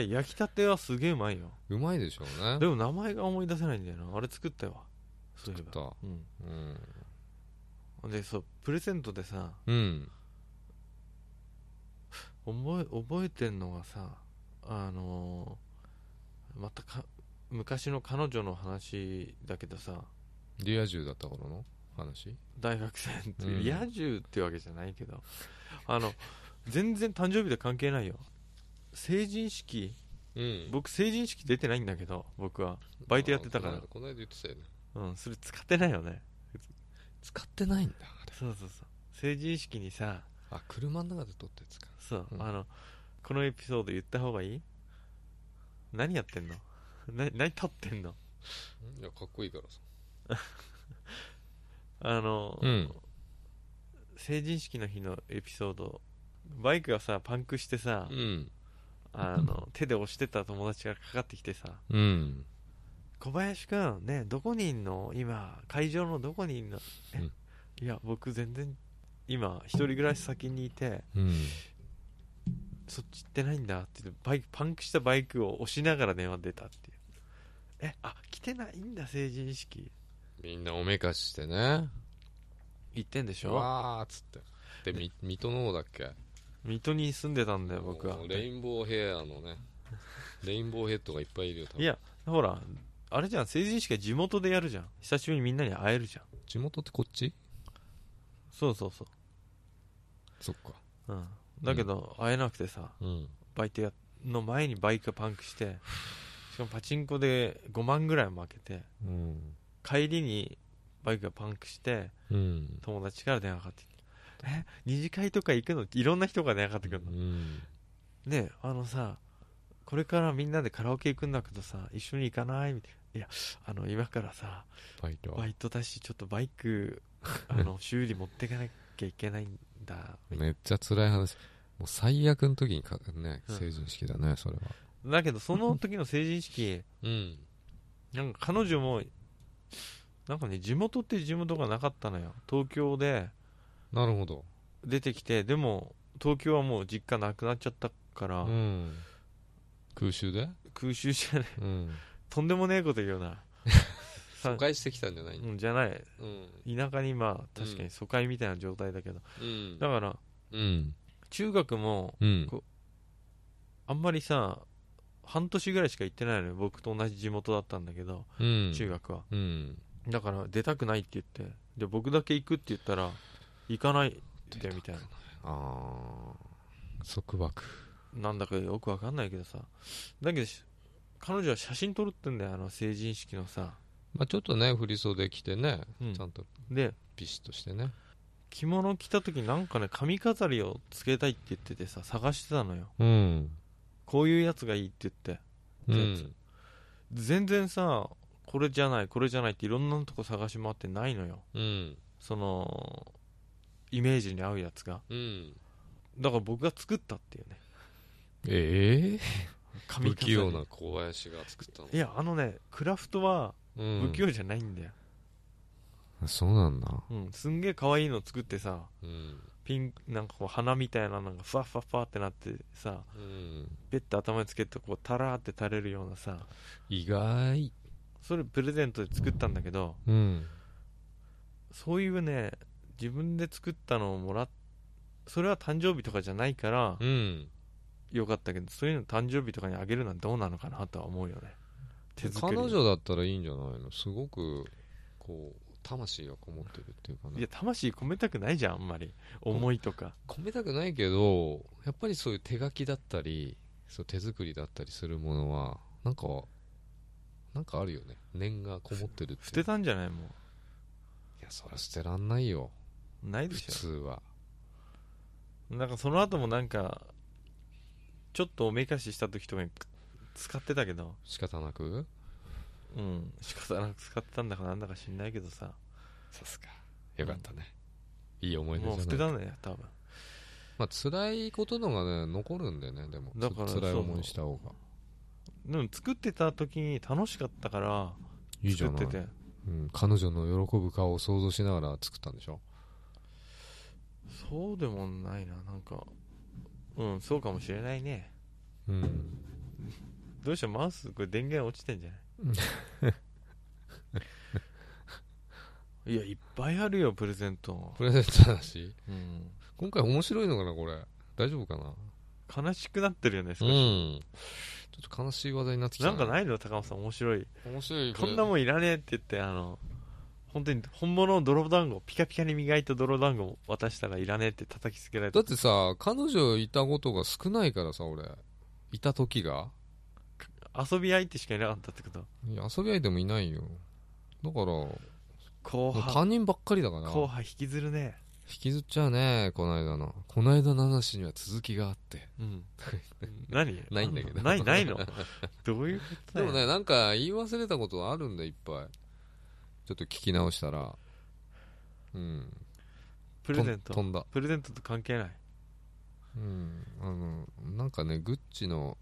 [SPEAKER 1] いや焼きたてはすげえうまいよ
[SPEAKER 2] うまいでしょうね
[SPEAKER 1] でも名前が思い出せないんだよなあれ作ったよそういえば
[SPEAKER 2] 作っ
[SPEAKER 1] う
[SPEAKER 2] うん、
[SPEAKER 1] んでそうプレゼントでさ
[SPEAKER 2] うん、
[SPEAKER 1] 覚え覚えてんのがさあのーまたか昔の彼女の話だけどさ
[SPEAKER 2] リア充だった頃の話
[SPEAKER 1] 大学生って
[SPEAKER 2] うん
[SPEAKER 1] リア充ってわけじゃないけど、あの全然誕生日と関係ないよ成人式
[SPEAKER 2] うん
[SPEAKER 1] 僕成人式出てないんだけど僕はバイトやってたか
[SPEAKER 2] あ
[SPEAKER 1] ら
[SPEAKER 2] ーこの間言ってたよね
[SPEAKER 1] うんそれ使ってないよね
[SPEAKER 2] 使ってないんだ
[SPEAKER 1] そうそうそう成人式にさ
[SPEAKER 2] あ車の中で撮ったやつか
[SPEAKER 1] そう、
[SPEAKER 2] うん
[SPEAKER 1] あのこのエピソード言った方がいい何やってんのな何立ってんの
[SPEAKER 2] いやかっこいいからさ
[SPEAKER 1] あの、
[SPEAKER 2] うん
[SPEAKER 1] 成人式の日のエピソードバイクがさパンクしてさ、
[SPEAKER 2] うん
[SPEAKER 1] あの手で押してた友達がかかってきてさ
[SPEAKER 2] うん
[SPEAKER 1] 「小林くんねどこにいんの今会場のどこにいんの?え」
[SPEAKER 2] うん
[SPEAKER 1] いや僕全然今一人暮らし先にいて
[SPEAKER 2] うん
[SPEAKER 1] そっち行ってないんだって言ってバイクパンクしたバイクを押しながら電話出たっていうえあ来てないんだ成人式
[SPEAKER 2] みんなおめかししてね
[SPEAKER 1] 行ってんでしょ
[SPEAKER 2] わーっつってでみ水戸の方だっけ
[SPEAKER 1] 水戸に住んでたんだよ僕は
[SPEAKER 2] もうレインボーヘア
[SPEAKER 1] *laughs*
[SPEAKER 2] のねレインボーヘッドがいっぱいいるよ多分
[SPEAKER 1] いやほらあれじゃん成人式は地元でやるじゃん久しぶりにみんなに会えるじゃん
[SPEAKER 2] 地元ってこっち
[SPEAKER 1] そうそうそ
[SPEAKER 2] そっか
[SPEAKER 1] う、うん、だけど会えなくてさ
[SPEAKER 2] うん
[SPEAKER 1] バイトやの前にバイクがパンクしてしかもパチンコで5万ぐらい負けて
[SPEAKER 2] うん
[SPEAKER 1] 帰りにバイクがパンクして
[SPEAKER 2] うん
[SPEAKER 1] 友達から電話かかってきてえ二次会とか行くのいろんな人が電話かかってくるの、
[SPEAKER 2] うん
[SPEAKER 1] ねえあのさこれからみんなでカラオケ行くんだけどさ一緒に行かないみたいないやあの今からさ
[SPEAKER 2] バイトは
[SPEAKER 1] バイトだしちょっとバイ
[SPEAKER 2] *laughs*
[SPEAKER 1] クあの修理持っていかなきゃいけないんだ
[SPEAKER 2] めっちゃ辛い話もう最悪の時にかね
[SPEAKER 1] うん
[SPEAKER 2] 成人式だねそれは
[SPEAKER 1] だけどその時の成人式
[SPEAKER 2] うん
[SPEAKER 1] なんか彼女もなんかね地元って地元がなかったのよ東京で
[SPEAKER 2] なるほど
[SPEAKER 1] 出てきてでも東京はもう実家なくなっちゃったから、
[SPEAKER 2] うん空襲で
[SPEAKER 1] 空襲じゃない *laughs*
[SPEAKER 2] うん
[SPEAKER 1] とんでもねえこと言う
[SPEAKER 2] *laughs*
[SPEAKER 1] なさ
[SPEAKER 2] 疎開してきたんじゃない
[SPEAKER 1] うんじゃない
[SPEAKER 2] うん
[SPEAKER 1] 田舎にまあ確かに疎開みたいな状態だけど、
[SPEAKER 2] うん
[SPEAKER 1] だから
[SPEAKER 2] うん
[SPEAKER 1] 中学も
[SPEAKER 2] うん
[SPEAKER 1] こあんまりさ半年ぐらいしか行ってないのよ僕と同じ地元だったんだけど、
[SPEAKER 2] うん
[SPEAKER 1] 中学は
[SPEAKER 2] うん
[SPEAKER 1] だから出たくないって言ってで僕だけ行くって言ったら行かないでみたいな
[SPEAKER 2] ああ束縛
[SPEAKER 1] なんだかよくわかんないけどさだけどし彼女は写真撮るってんだよあの成人式のさ
[SPEAKER 2] まあ、ちょっとね振り袖着てね、
[SPEAKER 1] うん
[SPEAKER 2] ちゃんと
[SPEAKER 1] で
[SPEAKER 2] ビシッとしてね
[SPEAKER 1] 着物着た時なんかね髪飾りをつけたいって言っててさ探してたのよ
[SPEAKER 2] うん
[SPEAKER 1] こういうやつがいいって言って
[SPEAKER 2] う
[SPEAKER 1] じゃ
[SPEAKER 2] ん
[SPEAKER 1] 全然さこれじゃないこれじゃないっていろんなとこ探し回ってないのよ
[SPEAKER 2] うん
[SPEAKER 1] そのイメージに合うやつが
[SPEAKER 2] うん
[SPEAKER 1] だから僕が作ったっていうね
[SPEAKER 2] ええ
[SPEAKER 1] 髪
[SPEAKER 2] 不
[SPEAKER 1] 飾り
[SPEAKER 2] 器用な小林が作ったの
[SPEAKER 1] いやあのねクラフトは
[SPEAKER 2] うん
[SPEAKER 1] 不器用じゃないんだよ、
[SPEAKER 2] そうなんだ
[SPEAKER 1] うんすんげえ可愛いの作ってさ
[SPEAKER 2] うん
[SPEAKER 1] ピンなんかこう花みたいななんかふわふわふわってなってさ
[SPEAKER 2] うん
[SPEAKER 1] ペッて頭につけてこうタラーって垂れるようなさ
[SPEAKER 2] 意外
[SPEAKER 1] それプレゼントで作ったんだけど
[SPEAKER 2] うん
[SPEAKER 1] そういうね自分で作ったのをもらっそれは誕生日とかじゃないから
[SPEAKER 2] うん
[SPEAKER 1] よかったけどそういうの誕生日とかにあげるのはどうなのかなとは思うよね手作
[SPEAKER 2] 彼
[SPEAKER 1] り
[SPEAKER 2] 女だったらいいんじゃないのすごくこう魂がこもってるっていうか
[SPEAKER 1] い
[SPEAKER 2] ね
[SPEAKER 1] や魂込めたくないじゃんあんまり思いとか
[SPEAKER 2] 込めたくないけどやっぱりそういう手書きだったりそう手作りだったりするものはなんかなんかあるよね念がこもってるっていう
[SPEAKER 1] 捨てたんじゃないも
[SPEAKER 2] いやそれ捨てらんないよ
[SPEAKER 1] うないで
[SPEAKER 2] 普
[SPEAKER 1] しょ
[SPEAKER 2] 通は
[SPEAKER 1] なんかその後もなんかちょっとおめかしした時とかに使ってたけど
[SPEAKER 2] 仕方なく
[SPEAKER 1] うん仕方なく使ってたんだかなんだか知んないけどさ
[SPEAKER 2] さすがよかったね、いい思い出じゃ
[SPEAKER 1] もう
[SPEAKER 2] ない
[SPEAKER 1] 捨てたんだよ多分
[SPEAKER 2] まあ辛いことのがね残るんだよねでも
[SPEAKER 1] だから
[SPEAKER 2] つ辛い思いした方が
[SPEAKER 1] でも作ってた時に楽しかったから
[SPEAKER 2] いいじゃ
[SPEAKER 1] 作っ
[SPEAKER 2] ない
[SPEAKER 1] てて
[SPEAKER 2] うん、彼女の喜ぶ顔を想像しながら作ったんでしょ
[SPEAKER 1] そうでもないななんかうんそうかもしれないね
[SPEAKER 2] うん
[SPEAKER 1] どうしたマウスこれ電源落ちてんじゃないい
[SPEAKER 2] *laughs*
[SPEAKER 1] やいっぱいあるよプレゼント
[SPEAKER 2] プレゼント話
[SPEAKER 1] うん
[SPEAKER 2] 今回面白いのかなこれ大丈夫かな
[SPEAKER 1] 悲しくなってるよね少
[SPEAKER 2] う
[SPEAKER 1] し、
[SPEAKER 2] んちょっと悲しい話題になってきた
[SPEAKER 1] なんかないの高尾さん面白い
[SPEAKER 2] 面白い
[SPEAKER 1] こんなも
[SPEAKER 2] ん
[SPEAKER 1] んいらねえって言ってあの本当に本物の泥団子ピカピカに磨いた泥団子を渡したらいらねえって叩きつけられた
[SPEAKER 2] だってさ彼女いたことが少ないからさ俺いた時が
[SPEAKER 1] 遊び相手しかいなかったってこと
[SPEAKER 2] いや遊び相手もいないよだからも
[SPEAKER 1] 後
[SPEAKER 2] う
[SPEAKER 1] 輩
[SPEAKER 2] 他人ばっかりだから
[SPEAKER 1] 後
[SPEAKER 2] 引
[SPEAKER 1] 輩引きずるね
[SPEAKER 2] きずっちゃうねこの間のこの間の話には続きがあって
[SPEAKER 1] うん何
[SPEAKER 2] ないんだけど
[SPEAKER 1] ないない
[SPEAKER 2] *laughs*
[SPEAKER 1] のどういうことだ
[SPEAKER 2] で
[SPEAKER 1] よ
[SPEAKER 2] もねなんか言い忘れたことあるんだいっぱいちょっと聞き直したらうん
[SPEAKER 1] プレゼント
[SPEAKER 2] とん飛んだ
[SPEAKER 1] プレゼントと関係ない
[SPEAKER 2] うんあのなんかねグッチの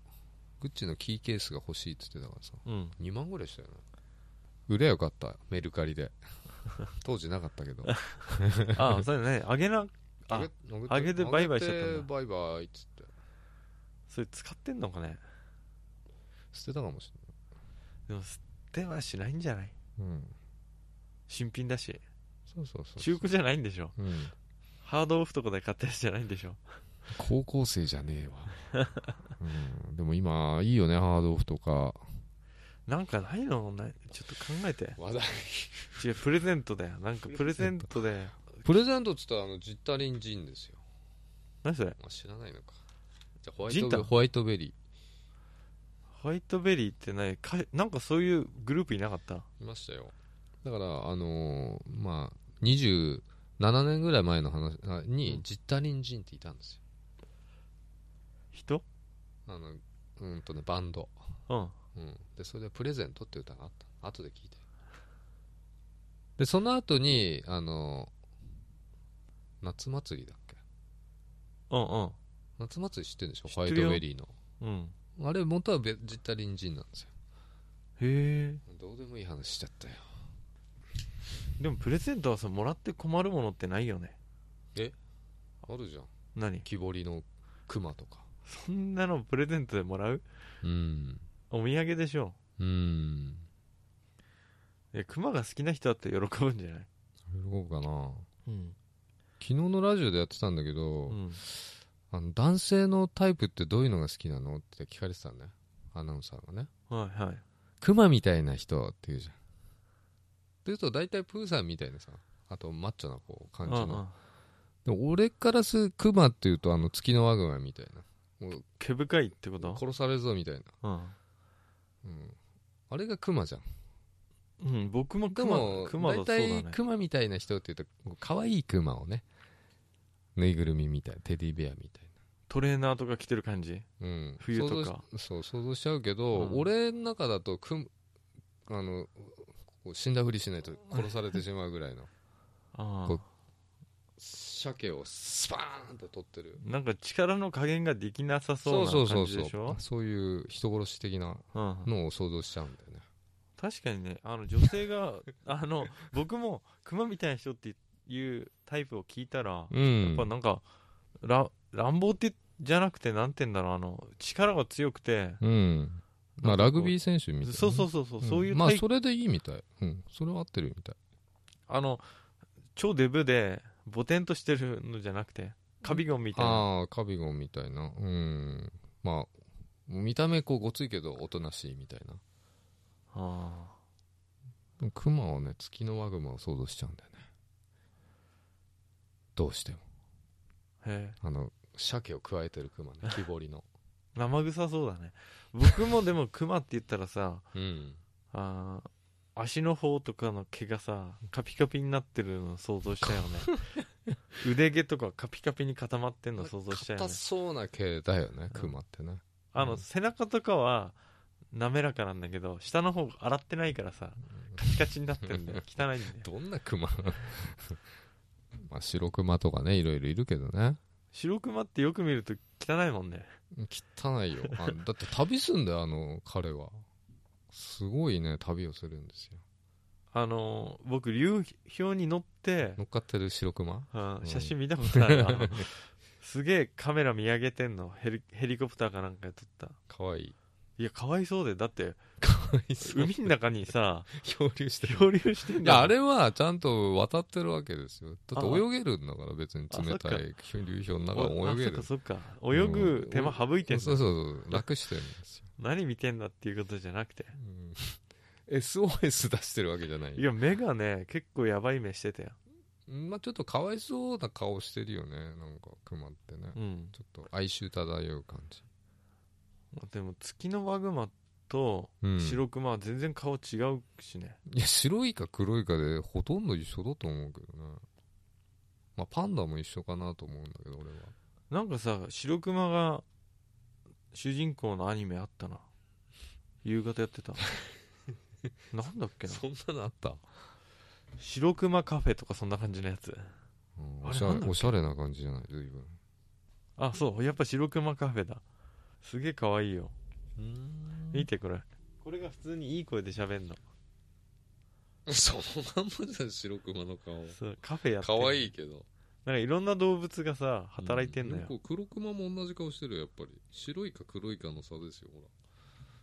[SPEAKER 2] グッチのキーケースが欲しいって言ってたからさ
[SPEAKER 1] うん
[SPEAKER 2] 2万ぐらいしたよね売れよかったメルカリ
[SPEAKER 1] *laughs*
[SPEAKER 2] で当時なかったけど
[SPEAKER 1] *laughs* ああそれねあげなあ
[SPEAKER 2] げげて
[SPEAKER 1] あげてバイバイしちゃったんだ
[SPEAKER 2] あげてバイバイっつって
[SPEAKER 1] それ使ってんのかね
[SPEAKER 2] 捨てたかもし
[SPEAKER 1] でも捨てはしないんじゃない
[SPEAKER 2] れないうん
[SPEAKER 1] 新品だし
[SPEAKER 2] そうそうそう
[SPEAKER 1] 中古じゃないんでしょ
[SPEAKER 2] うん
[SPEAKER 1] ハードオフとかで買ったやつじゃないんでしょ
[SPEAKER 2] 高校生じゃねえわ、
[SPEAKER 1] *laughs*
[SPEAKER 2] うん、でも今いいよねハードオフとか
[SPEAKER 1] なんかないのないちょっと考えて
[SPEAKER 2] 話題
[SPEAKER 1] 違うプレゼントだよなんかプレゼントで
[SPEAKER 2] プレゼントっつったらあのジッタリンジンですよ
[SPEAKER 1] 何それ
[SPEAKER 2] あ知らないのかじゃあホワ
[SPEAKER 1] ジ
[SPEAKER 2] イ
[SPEAKER 1] ン
[SPEAKER 2] ト
[SPEAKER 1] タン
[SPEAKER 2] ベホワイトベリ
[SPEAKER 1] ホワイトベリーってないかなんかそういうグループいなかった
[SPEAKER 2] ーいましたよだからあのーまあ27年ぐらい前の話あ
[SPEAKER 1] う
[SPEAKER 2] に
[SPEAKER 1] ん
[SPEAKER 2] ジッタリンジンっていたんです
[SPEAKER 1] 人
[SPEAKER 2] よあのうんとねバンド、
[SPEAKER 1] うん
[SPEAKER 2] うん、でそれで「プレゼント」って歌があった後で聞いてでその後にあのー夏祭りだっけ
[SPEAKER 1] うんうん
[SPEAKER 2] 夏祭り知ってるでしょ
[SPEAKER 1] 知
[SPEAKER 2] ホ
[SPEAKER 1] っ
[SPEAKER 2] ワ
[SPEAKER 1] て
[SPEAKER 2] イ
[SPEAKER 1] るよ
[SPEAKER 2] トベリーの
[SPEAKER 1] うん
[SPEAKER 2] あれ元はべジッタリンジンなんですよ
[SPEAKER 1] へえ
[SPEAKER 2] どうでもいい話しちゃったよ
[SPEAKER 1] でもプレゼントはさもらって困るものってないよね
[SPEAKER 2] あるじゃん
[SPEAKER 1] *laughs* 何
[SPEAKER 2] 木彫りの熊とか
[SPEAKER 1] そんなのプレゼントでもらう
[SPEAKER 2] うん
[SPEAKER 1] お土産でしょ
[SPEAKER 2] うん
[SPEAKER 1] いや熊が好きな人だって喜ぶんじゃない
[SPEAKER 2] 喜ぶかな
[SPEAKER 1] うん、
[SPEAKER 2] 昨日のラジオでやってたんだけ
[SPEAKER 1] う
[SPEAKER 2] ど、
[SPEAKER 1] ん、
[SPEAKER 2] あの男性のタイプってどういうのが好きなのって聞かれてたんだよアナウンサーがね
[SPEAKER 1] はいはい
[SPEAKER 2] クマみたいな人って言うじゃんっていうと大体プーさんみたいなさあとマッチョなこう感じ
[SPEAKER 1] うんう
[SPEAKER 2] の
[SPEAKER 1] ん
[SPEAKER 2] でも俺からするクマっていうとあの月のワグマみたいなもう
[SPEAKER 1] 毛深いってこと
[SPEAKER 2] 殺されるぞみたいな、
[SPEAKER 1] うん
[SPEAKER 2] うん、あれがクマじゃん
[SPEAKER 1] うん、僕も
[SPEAKER 2] で
[SPEAKER 1] 熊
[SPEAKER 2] も
[SPEAKER 1] 熊だと
[SPEAKER 2] 大
[SPEAKER 1] そうだね
[SPEAKER 2] 体クマみたいな人っていうと可愛いクマをねぬいぐるみみたいなテディベアみたい
[SPEAKER 1] トレーナーとか着てる感じ
[SPEAKER 2] な、うん、
[SPEAKER 1] 冬とか
[SPEAKER 2] 想像しそう想像しちゃうけど、
[SPEAKER 1] うん
[SPEAKER 2] 俺の中だとクマあのこう死んだふりしないと殺されてしまうぐらいの
[SPEAKER 1] あ
[SPEAKER 2] こ
[SPEAKER 1] あ
[SPEAKER 2] う鮭をスパーンと取ってる
[SPEAKER 1] なんか力の加減ができなさそうな感じでしょ
[SPEAKER 2] そういう人殺し的な
[SPEAKER 1] うん
[SPEAKER 2] のを想像しちゃうんだよね
[SPEAKER 1] 確かにねあの女性が *laughs* あの僕も熊みたいな人っていうタイプを聞いたら、
[SPEAKER 2] うん
[SPEAKER 1] やっぱなんから乱暴ってじゃなくてなんて言うんだろうあの力が強くて、
[SPEAKER 2] うんまあラグビー選手みたいなね
[SPEAKER 1] そうそうそうそう、
[SPEAKER 2] ん
[SPEAKER 1] そういう
[SPEAKER 2] まあ
[SPEAKER 1] タイプ、
[SPEAKER 2] それでいいみたいうんそれは合ってるみたい
[SPEAKER 1] あ、の超デブでボテンとしてるのじゃなくてカビゴンみたいな
[SPEAKER 2] ああカビゴンみたいなうんまあ見た目こうごついけどおとなしいみたい
[SPEAKER 1] あ
[SPEAKER 2] なクマをね月のワグマを想像しちゃうんだよねどうしても
[SPEAKER 1] ーへえ
[SPEAKER 2] あの鮭を加えてるクマ
[SPEAKER 1] *laughs*
[SPEAKER 2] ね木彫りの
[SPEAKER 1] 生臭そうだね僕もでもクマって言ったらさ
[SPEAKER 2] うん
[SPEAKER 1] あー足の方とかの毛がさカピカピになってるの想像したよね *laughs* 腕毛とかカピカピに固まってんの想像したよね
[SPEAKER 2] 硬そうな毛だよねクマってね
[SPEAKER 1] あの背中とかは滑らかなんだけど下の方洗ってないからさカチカチになってるんだよ汚い *laughs* んだよ
[SPEAKER 2] どんなクマ *laughs* まあ白クマとかねいろいろいるけどね
[SPEAKER 1] 白クマってよく見ると汚いもんね
[SPEAKER 2] 汚いよあのだって旅すんだよあの彼はすごいね旅をするんですよ
[SPEAKER 1] あのー僕流氷に乗って、
[SPEAKER 2] 乗っかってる白クマ
[SPEAKER 1] うん
[SPEAKER 2] うん
[SPEAKER 1] 写真見たことある
[SPEAKER 2] *laughs*
[SPEAKER 1] あのすげえカメラ見上げてんのヘリヘリコプターかなんかで撮った
[SPEAKER 2] かわい *laughs*
[SPEAKER 1] い
[SPEAKER 2] い
[SPEAKER 1] やかわいそうでだって
[SPEAKER 2] かわいそう
[SPEAKER 1] 海の中に
[SPEAKER 2] *laughs*
[SPEAKER 1] さ
[SPEAKER 2] 漂流してる
[SPEAKER 1] 漂流してん
[SPEAKER 2] い
[SPEAKER 1] だ
[SPEAKER 2] や
[SPEAKER 1] よ
[SPEAKER 2] あれはちゃんと渡ってるわけですよだって
[SPEAKER 1] あ
[SPEAKER 2] 泳げるんだから別に冷た
[SPEAKER 1] あ
[SPEAKER 2] い流氷の中
[SPEAKER 1] お
[SPEAKER 2] を
[SPEAKER 1] あそっ
[SPEAKER 2] 泳げる
[SPEAKER 1] かそっか泳ぐ手間省いてん
[SPEAKER 2] そうそう
[SPEAKER 1] の
[SPEAKER 2] そう楽してるんですよ、
[SPEAKER 1] 何見てんだっていうことじゃなくて
[SPEAKER 2] うん SOS 出してるわけじゃない
[SPEAKER 1] いや目がね結構やばい目してたよ
[SPEAKER 2] まあちょっとかわいそうな顔してるよねなんかクマってね、
[SPEAKER 1] うん
[SPEAKER 2] ちょっと哀愁漂う感じ、
[SPEAKER 1] でも月のワグマと
[SPEAKER 2] うん
[SPEAKER 1] 白クマは全然顔違うしね、
[SPEAKER 2] いや白いか黒いかでほとんど一緒だと思うけどねまあパンダも一緒かなと思うんだけど俺は
[SPEAKER 1] なんかさ白クマが主人公のアニメあったな夕方やって *laughs* たなんだっけな
[SPEAKER 2] そんなのあった、
[SPEAKER 1] 白クマカフェとかそんな感じのやつ
[SPEAKER 2] うん
[SPEAKER 1] あれ
[SPEAKER 2] おしゃ
[SPEAKER 1] なんだっ
[SPEAKER 2] れ
[SPEAKER 1] け
[SPEAKER 2] おしゃれな感じじゃない随分
[SPEAKER 1] あそうやっぱ白クマカフェだすげえかわいいよ見てこれこれが普通にいい声で喋んの
[SPEAKER 2] そのまんまじゃん白熊の顔
[SPEAKER 1] そうカフェやって
[SPEAKER 2] か
[SPEAKER 1] る
[SPEAKER 2] わいいけど
[SPEAKER 1] なんかいろんな動物がさ働いてんのよ、
[SPEAKER 2] う黒熊も同じ顔してるよやっぱり白いか黒いかの差ですよほら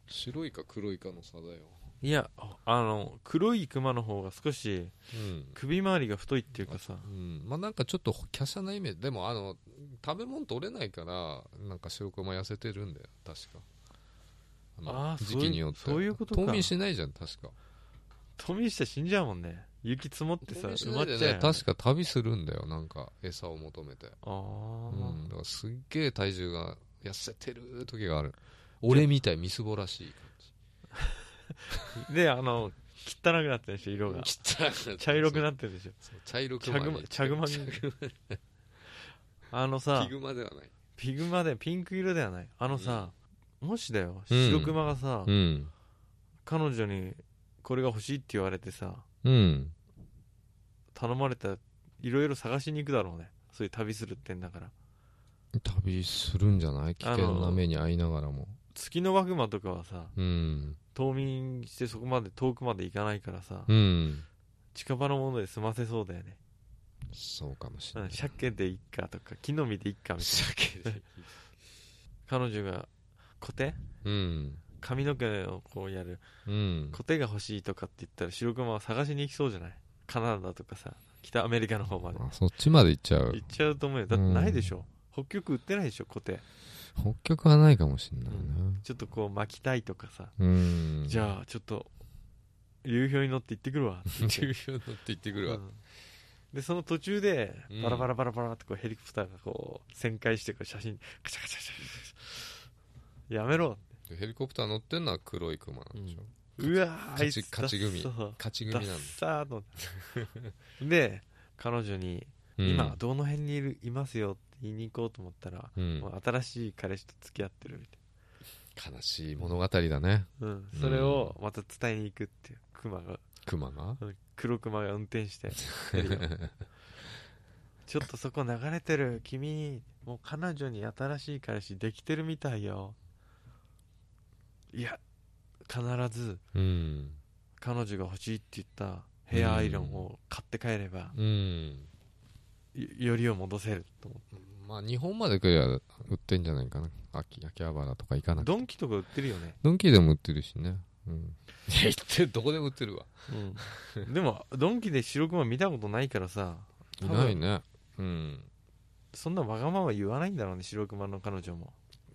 [SPEAKER 2] 白いか黒いかの差だよ
[SPEAKER 1] いやああの黒いクマの方が少し
[SPEAKER 2] うん
[SPEAKER 1] 首周りが太いっていうかさ
[SPEAKER 2] うん、まあなんかちょっと華奢なイメージでもあの食べ物取れないからなんか白熊痩せてるんだよ確かの
[SPEAKER 1] あー
[SPEAKER 2] 時期によって
[SPEAKER 1] そういうそういうことか
[SPEAKER 2] 冬眠しないじゃん確か
[SPEAKER 1] 富下死んじゃうもんね雪積もってさ
[SPEAKER 2] 冬眠し
[SPEAKER 1] 埋
[SPEAKER 2] な
[SPEAKER 1] まっ
[SPEAKER 2] い
[SPEAKER 1] ちゃ
[SPEAKER 2] で
[SPEAKER 1] うよ
[SPEAKER 2] ね
[SPEAKER 1] ね
[SPEAKER 2] 確か旅するんだよなんか餌を求めて
[SPEAKER 1] ああ、
[SPEAKER 2] うんだからすっげえ体重が痩せてる時がある俺みたいみすぼらしい
[SPEAKER 1] であの汚くなってるでしょ色が
[SPEAKER 2] 感じ汚い
[SPEAKER 1] 茶色くなってるでしょ
[SPEAKER 2] そう茶色く
[SPEAKER 1] 茶グマ茶グマにあのさ
[SPEAKER 2] ピグマではない
[SPEAKER 1] ピグマでピンク色ではないあのさ、もしだよ
[SPEAKER 2] うん
[SPEAKER 1] 白クマがさ、
[SPEAKER 2] うん
[SPEAKER 1] 彼女にこれが欲しいって言われてさ
[SPEAKER 2] うん
[SPEAKER 1] 頼まれたらいろいろ探しに行くだろうねそういう旅するってんだから
[SPEAKER 2] 旅するんじゃない危険な目に遭いながらも
[SPEAKER 1] 月のワグマとかはさ
[SPEAKER 2] うん
[SPEAKER 1] 冬眠してそこまで遠くまで行かないからさ、
[SPEAKER 2] うん
[SPEAKER 1] 近場のもので済ませそうだよね、
[SPEAKER 2] そうかもし
[SPEAKER 1] う、
[SPEAKER 2] れなんい
[SPEAKER 1] 鮭でいっかとか木の実でいっかみたいな
[SPEAKER 2] 鮭で
[SPEAKER 1] 彼女がコテ
[SPEAKER 2] うん
[SPEAKER 1] 髪の毛をこうやる
[SPEAKER 2] うん
[SPEAKER 1] コテが欲しいとかって言ったら白熊は探しに行きそうじゃないカナダとかさ北アメリカの方まで
[SPEAKER 2] あそっちまで行っちゃう
[SPEAKER 1] 行っちゃうと思うよだってないでしょ北極売ってないでしょコテ
[SPEAKER 2] 北極はないかもしれないね
[SPEAKER 1] ちょっとこう巻きたいとかさ
[SPEAKER 2] うん
[SPEAKER 1] じゃあちょっと流氷に乗って行ってくるわって言って
[SPEAKER 2] *laughs* 重要乗って行ってくるわ
[SPEAKER 1] うんでその途中で
[SPEAKER 2] うん
[SPEAKER 1] バラバラバラバラってこうヘリコプターがこう旋回してこう写真カチャカチャカチャカチャやめろ
[SPEAKER 2] ヘリコプター乗ってんのは黒いクマなんでしょ、
[SPEAKER 1] うわーあ
[SPEAKER 2] 勝
[SPEAKER 1] い
[SPEAKER 2] ち
[SPEAKER 1] つ
[SPEAKER 2] 勝ち組
[SPEAKER 1] ダッサ
[SPEAKER 2] 勝ち組
[SPEAKER 1] ダ
[SPEAKER 2] なんだ
[SPEAKER 1] ッサ
[SPEAKER 2] *laughs*
[SPEAKER 1] ーので彼女に
[SPEAKER 2] うん
[SPEAKER 1] 今どの辺にいるいますよって言いに行こうと思ったら、
[SPEAKER 2] うん
[SPEAKER 1] もう新しい彼氏と付き合ってるみたい
[SPEAKER 2] 悲しい物語だね
[SPEAKER 1] な、うん、それをまた伝えに行くっていうクマが
[SPEAKER 2] 熊が
[SPEAKER 1] うん黒クマが運転
[SPEAKER 2] *laughs*
[SPEAKER 1] して出るよちょっとそこ流れてる君もう彼女に新しい彼氏できてるみたいよいや必ず
[SPEAKER 2] うん
[SPEAKER 1] 彼女が欲しいって言ったヘアアイロンを買って帰れば、
[SPEAKER 2] うん
[SPEAKER 1] よよりを戻せると思って
[SPEAKER 2] まあ日本まで来りゃ売ってんじゃないかな秋秋葉原とか行かなくて
[SPEAKER 1] ドンキとか売ってるよね、
[SPEAKER 2] ドンキーでも売ってるしねうんいや行ってるどこでも売ってるわ
[SPEAKER 1] うん、でもドンキで白熊見たことないからさ
[SPEAKER 2] い
[SPEAKER 1] 多分
[SPEAKER 2] ないねうん
[SPEAKER 1] そんなわがまま言わないんだろうね白熊の彼女も、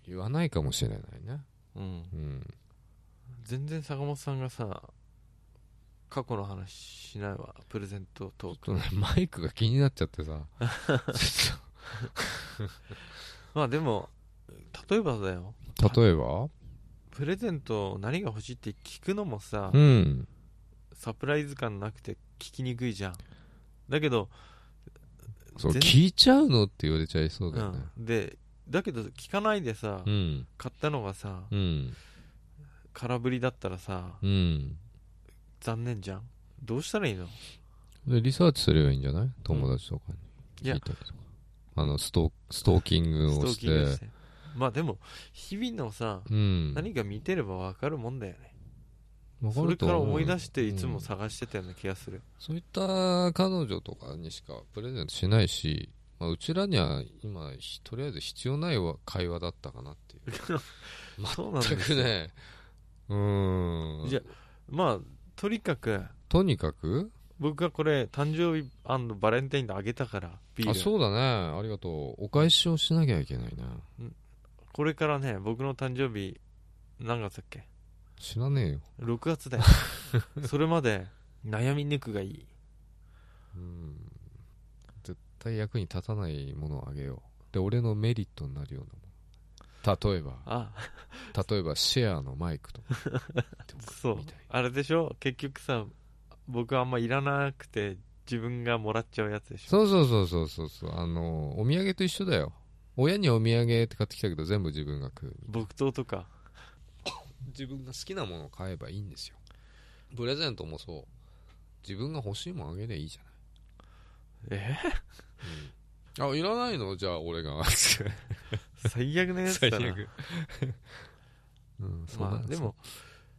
[SPEAKER 2] 言わないかもしれないね
[SPEAKER 1] うん、
[SPEAKER 2] うん
[SPEAKER 1] 全然坂本さんがさ過去の話しないわプレゼントトー
[SPEAKER 2] ちょ
[SPEAKER 1] ク
[SPEAKER 2] っとねマイクが気になっちゃってさちょっ
[SPEAKER 1] まあでも例えばだよ
[SPEAKER 2] と例えば
[SPEAKER 1] プレゼント何が欲しいって聞くのもさ
[SPEAKER 2] うん
[SPEAKER 1] サプライズ感なくて聞きにくいじゃんだけど
[SPEAKER 2] そう
[SPEAKER 1] 全
[SPEAKER 2] 聞いちゃうのって言われちゃいそうだよね
[SPEAKER 1] うん、でだけど聞かないでさ、
[SPEAKER 2] うん
[SPEAKER 1] 買ったのがさ
[SPEAKER 2] うん
[SPEAKER 1] 空振りだったらさ、
[SPEAKER 2] うん
[SPEAKER 1] 残念じゃんどうしたらいいの
[SPEAKER 2] でリサーチすればいいんじゃない友達とかに
[SPEAKER 1] いや
[SPEAKER 2] 聞いたりとかあのストーストーキング
[SPEAKER 1] スト
[SPEAKER 2] を
[SPEAKER 1] ー
[SPEAKER 2] し
[SPEAKER 1] キングしててまあでも日々のさ、
[SPEAKER 2] うん
[SPEAKER 1] 何か見てれば分かるもんだよね
[SPEAKER 2] わか
[SPEAKER 1] それ
[SPEAKER 2] ると
[SPEAKER 1] から
[SPEAKER 2] 思うよ
[SPEAKER 1] 思い出していつ
[SPEAKER 2] う
[SPEAKER 1] も
[SPEAKER 2] ん
[SPEAKER 1] 探してたような気がする、
[SPEAKER 2] そういった彼女とかにしかプレゼントしないし、まあ、うちらには今ひとりあえず必要ないわ会話だったかなっていう
[SPEAKER 1] そうなん
[SPEAKER 2] 全
[SPEAKER 1] です
[SPEAKER 2] く
[SPEAKER 1] よ
[SPEAKER 2] ねうーん
[SPEAKER 1] じゃまあとにかく
[SPEAKER 2] とにかく
[SPEAKER 1] 僕がこれ誕生日バレンタインであげたからビール
[SPEAKER 2] あそうだねありがとうお返しをしなきゃいけないな
[SPEAKER 1] これからね僕の誕生日何月だっけ
[SPEAKER 2] 知らねえよ
[SPEAKER 1] 6月
[SPEAKER 2] *laughs*
[SPEAKER 1] だよそれまで悩み抜くがいい
[SPEAKER 2] うん絶対役に立たないものをあげようで俺のメリットになるようなもの例えば
[SPEAKER 1] あ
[SPEAKER 2] 例えばシェアのマイクと *laughs* か
[SPEAKER 1] そう
[SPEAKER 2] みたいな
[SPEAKER 1] あれでしょ結局さ僕あんまいらなくて自分がもらっちゃうやつでしょ
[SPEAKER 2] そうそうそうそうそうそうあのお土産と一緒だよ親にお土産って買ってきたけど全部自分が食う
[SPEAKER 1] 木刀とか
[SPEAKER 2] 自分が好きなものを買えばいいんですよプレゼントもそう自分が欲しいものあげりゃいいじゃ
[SPEAKER 1] え
[SPEAKER 2] ない、あいらないのじゃあ俺 *laughs* が
[SPEAKER 1] *laughs* 最悪なやつだ
[SPEAKER 2] 最
[SPEAKER 1] な
[SPEAKER 2] *laughs* 悪うんそうだ
[SPEAKER 1] まあでも、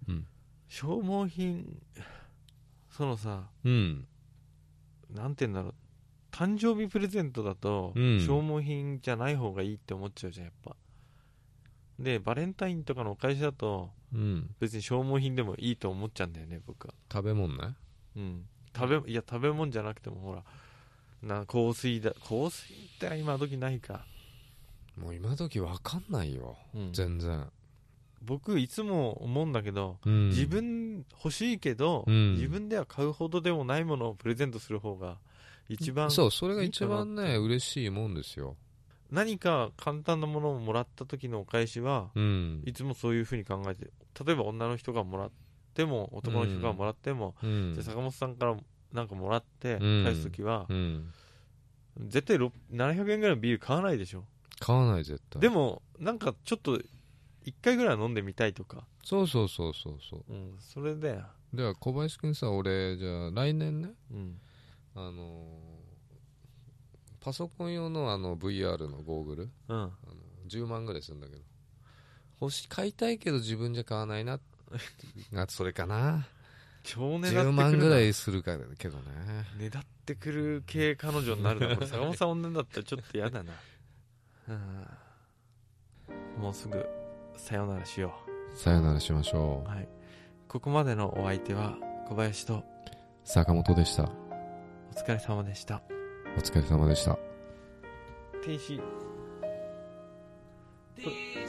[SPEAKER 2] うん
[SPEAKER 1] 消耗品そのさ
[SPEAKER 2] うん
[SPEAKER 1] なんて言うんだろう誕生日プレゼントだと
[SPEAKER 2] うん
[SPEAKER 1] 消耗品じゃない方がいいって思っちゃうじゃんやっぱでバレンタインとかのお返しだと
[SPEAKER 2] うん
[SPEAKER 1] 別に消耗品でもいいと思っちゃうんだよね僕は
[SPEAKER 2] 食べ物ね
[SPEAKER 1] うん食べいや食べ物じゃなくてもほらな香水だ香水って今時ないか、
[SPEAKER 2] もう今時わかんないよ
[SPEAKER 1] うん
[SPEAKER 2] 全然、
[SPEAKER 1] 僕いつも思うんだけど、
[SPEAKER 2] うん
[SPEAKER 1] 自分欲しいけど、
[SPEAKER 2] うん
[SPEAKER 1] 自分では買うほどでもないものをプレゼントする方が一番
[SPEAKER 2] そうそれが一番ね嬉しいもんですよ
[SPEAKER 1] 何か簡単なものをもらった時のお返しは
[SPEAKER 2] うん
[SPEAKER 1] いつもそういうふうに考えて例えば女の人がもらっても男の人がもらっても、
[SPEAKER 2] うん
[SPEAKER 1] じゃあ坂本さんからなんかもらって
[SPEAKER 2] うん
[SPEAKER 1] 返す時は
[SPEAKER 2] う、ん
[SPEAKER 1] 絶対ろ700円ぐらいのビール買わないでしょ
[SPEAKER 2] 買わない絶対
[SPEAKER 1] でもなんかちょっと一回ぐらいは飲んでみたいとか、
[SPEAKER 2] そうそうそうそうそ
[SPEAKER 1] うん、それで、
[SPEAKER 2] うでは小林君さ俺じゃあ来年ね
[SPEAKER 1] うん、
[SPEAKER 2] あのーパソコン用のあの VR のゴーグル
[SPEAKER 1] うん、
[SPEAKER 2] あの10万ぐらいするんだけど欲し買いたいけど自分じゃ買わ *laughs* ないなあそれかな
[SPEAKER 1] 超ねだってくる
[SPEAKER 2] 10
[SPEAKER 1] な
[SPEAKER 2] 万ぐらいするかけどね
[SPEAKER 1] ねだってくる系彼女になるなこれ坂本さん女だったらちょっと嫌だな *laughs* うんもうすぐさよならしよ
[SPEAKER 2] さよならしましょ
[SPEAKER 1] う
[SPEAKER 2] う
[SPEAKER 1] はいここまでのお相手は小林と
[SPEAKER 2] 坂本でした
[SPEAKER 1] お疲れ様でした
[SPEAKER 2] お疲れ様でした
[SPEAKER 1] 停止
[SPEAKER 3] 停止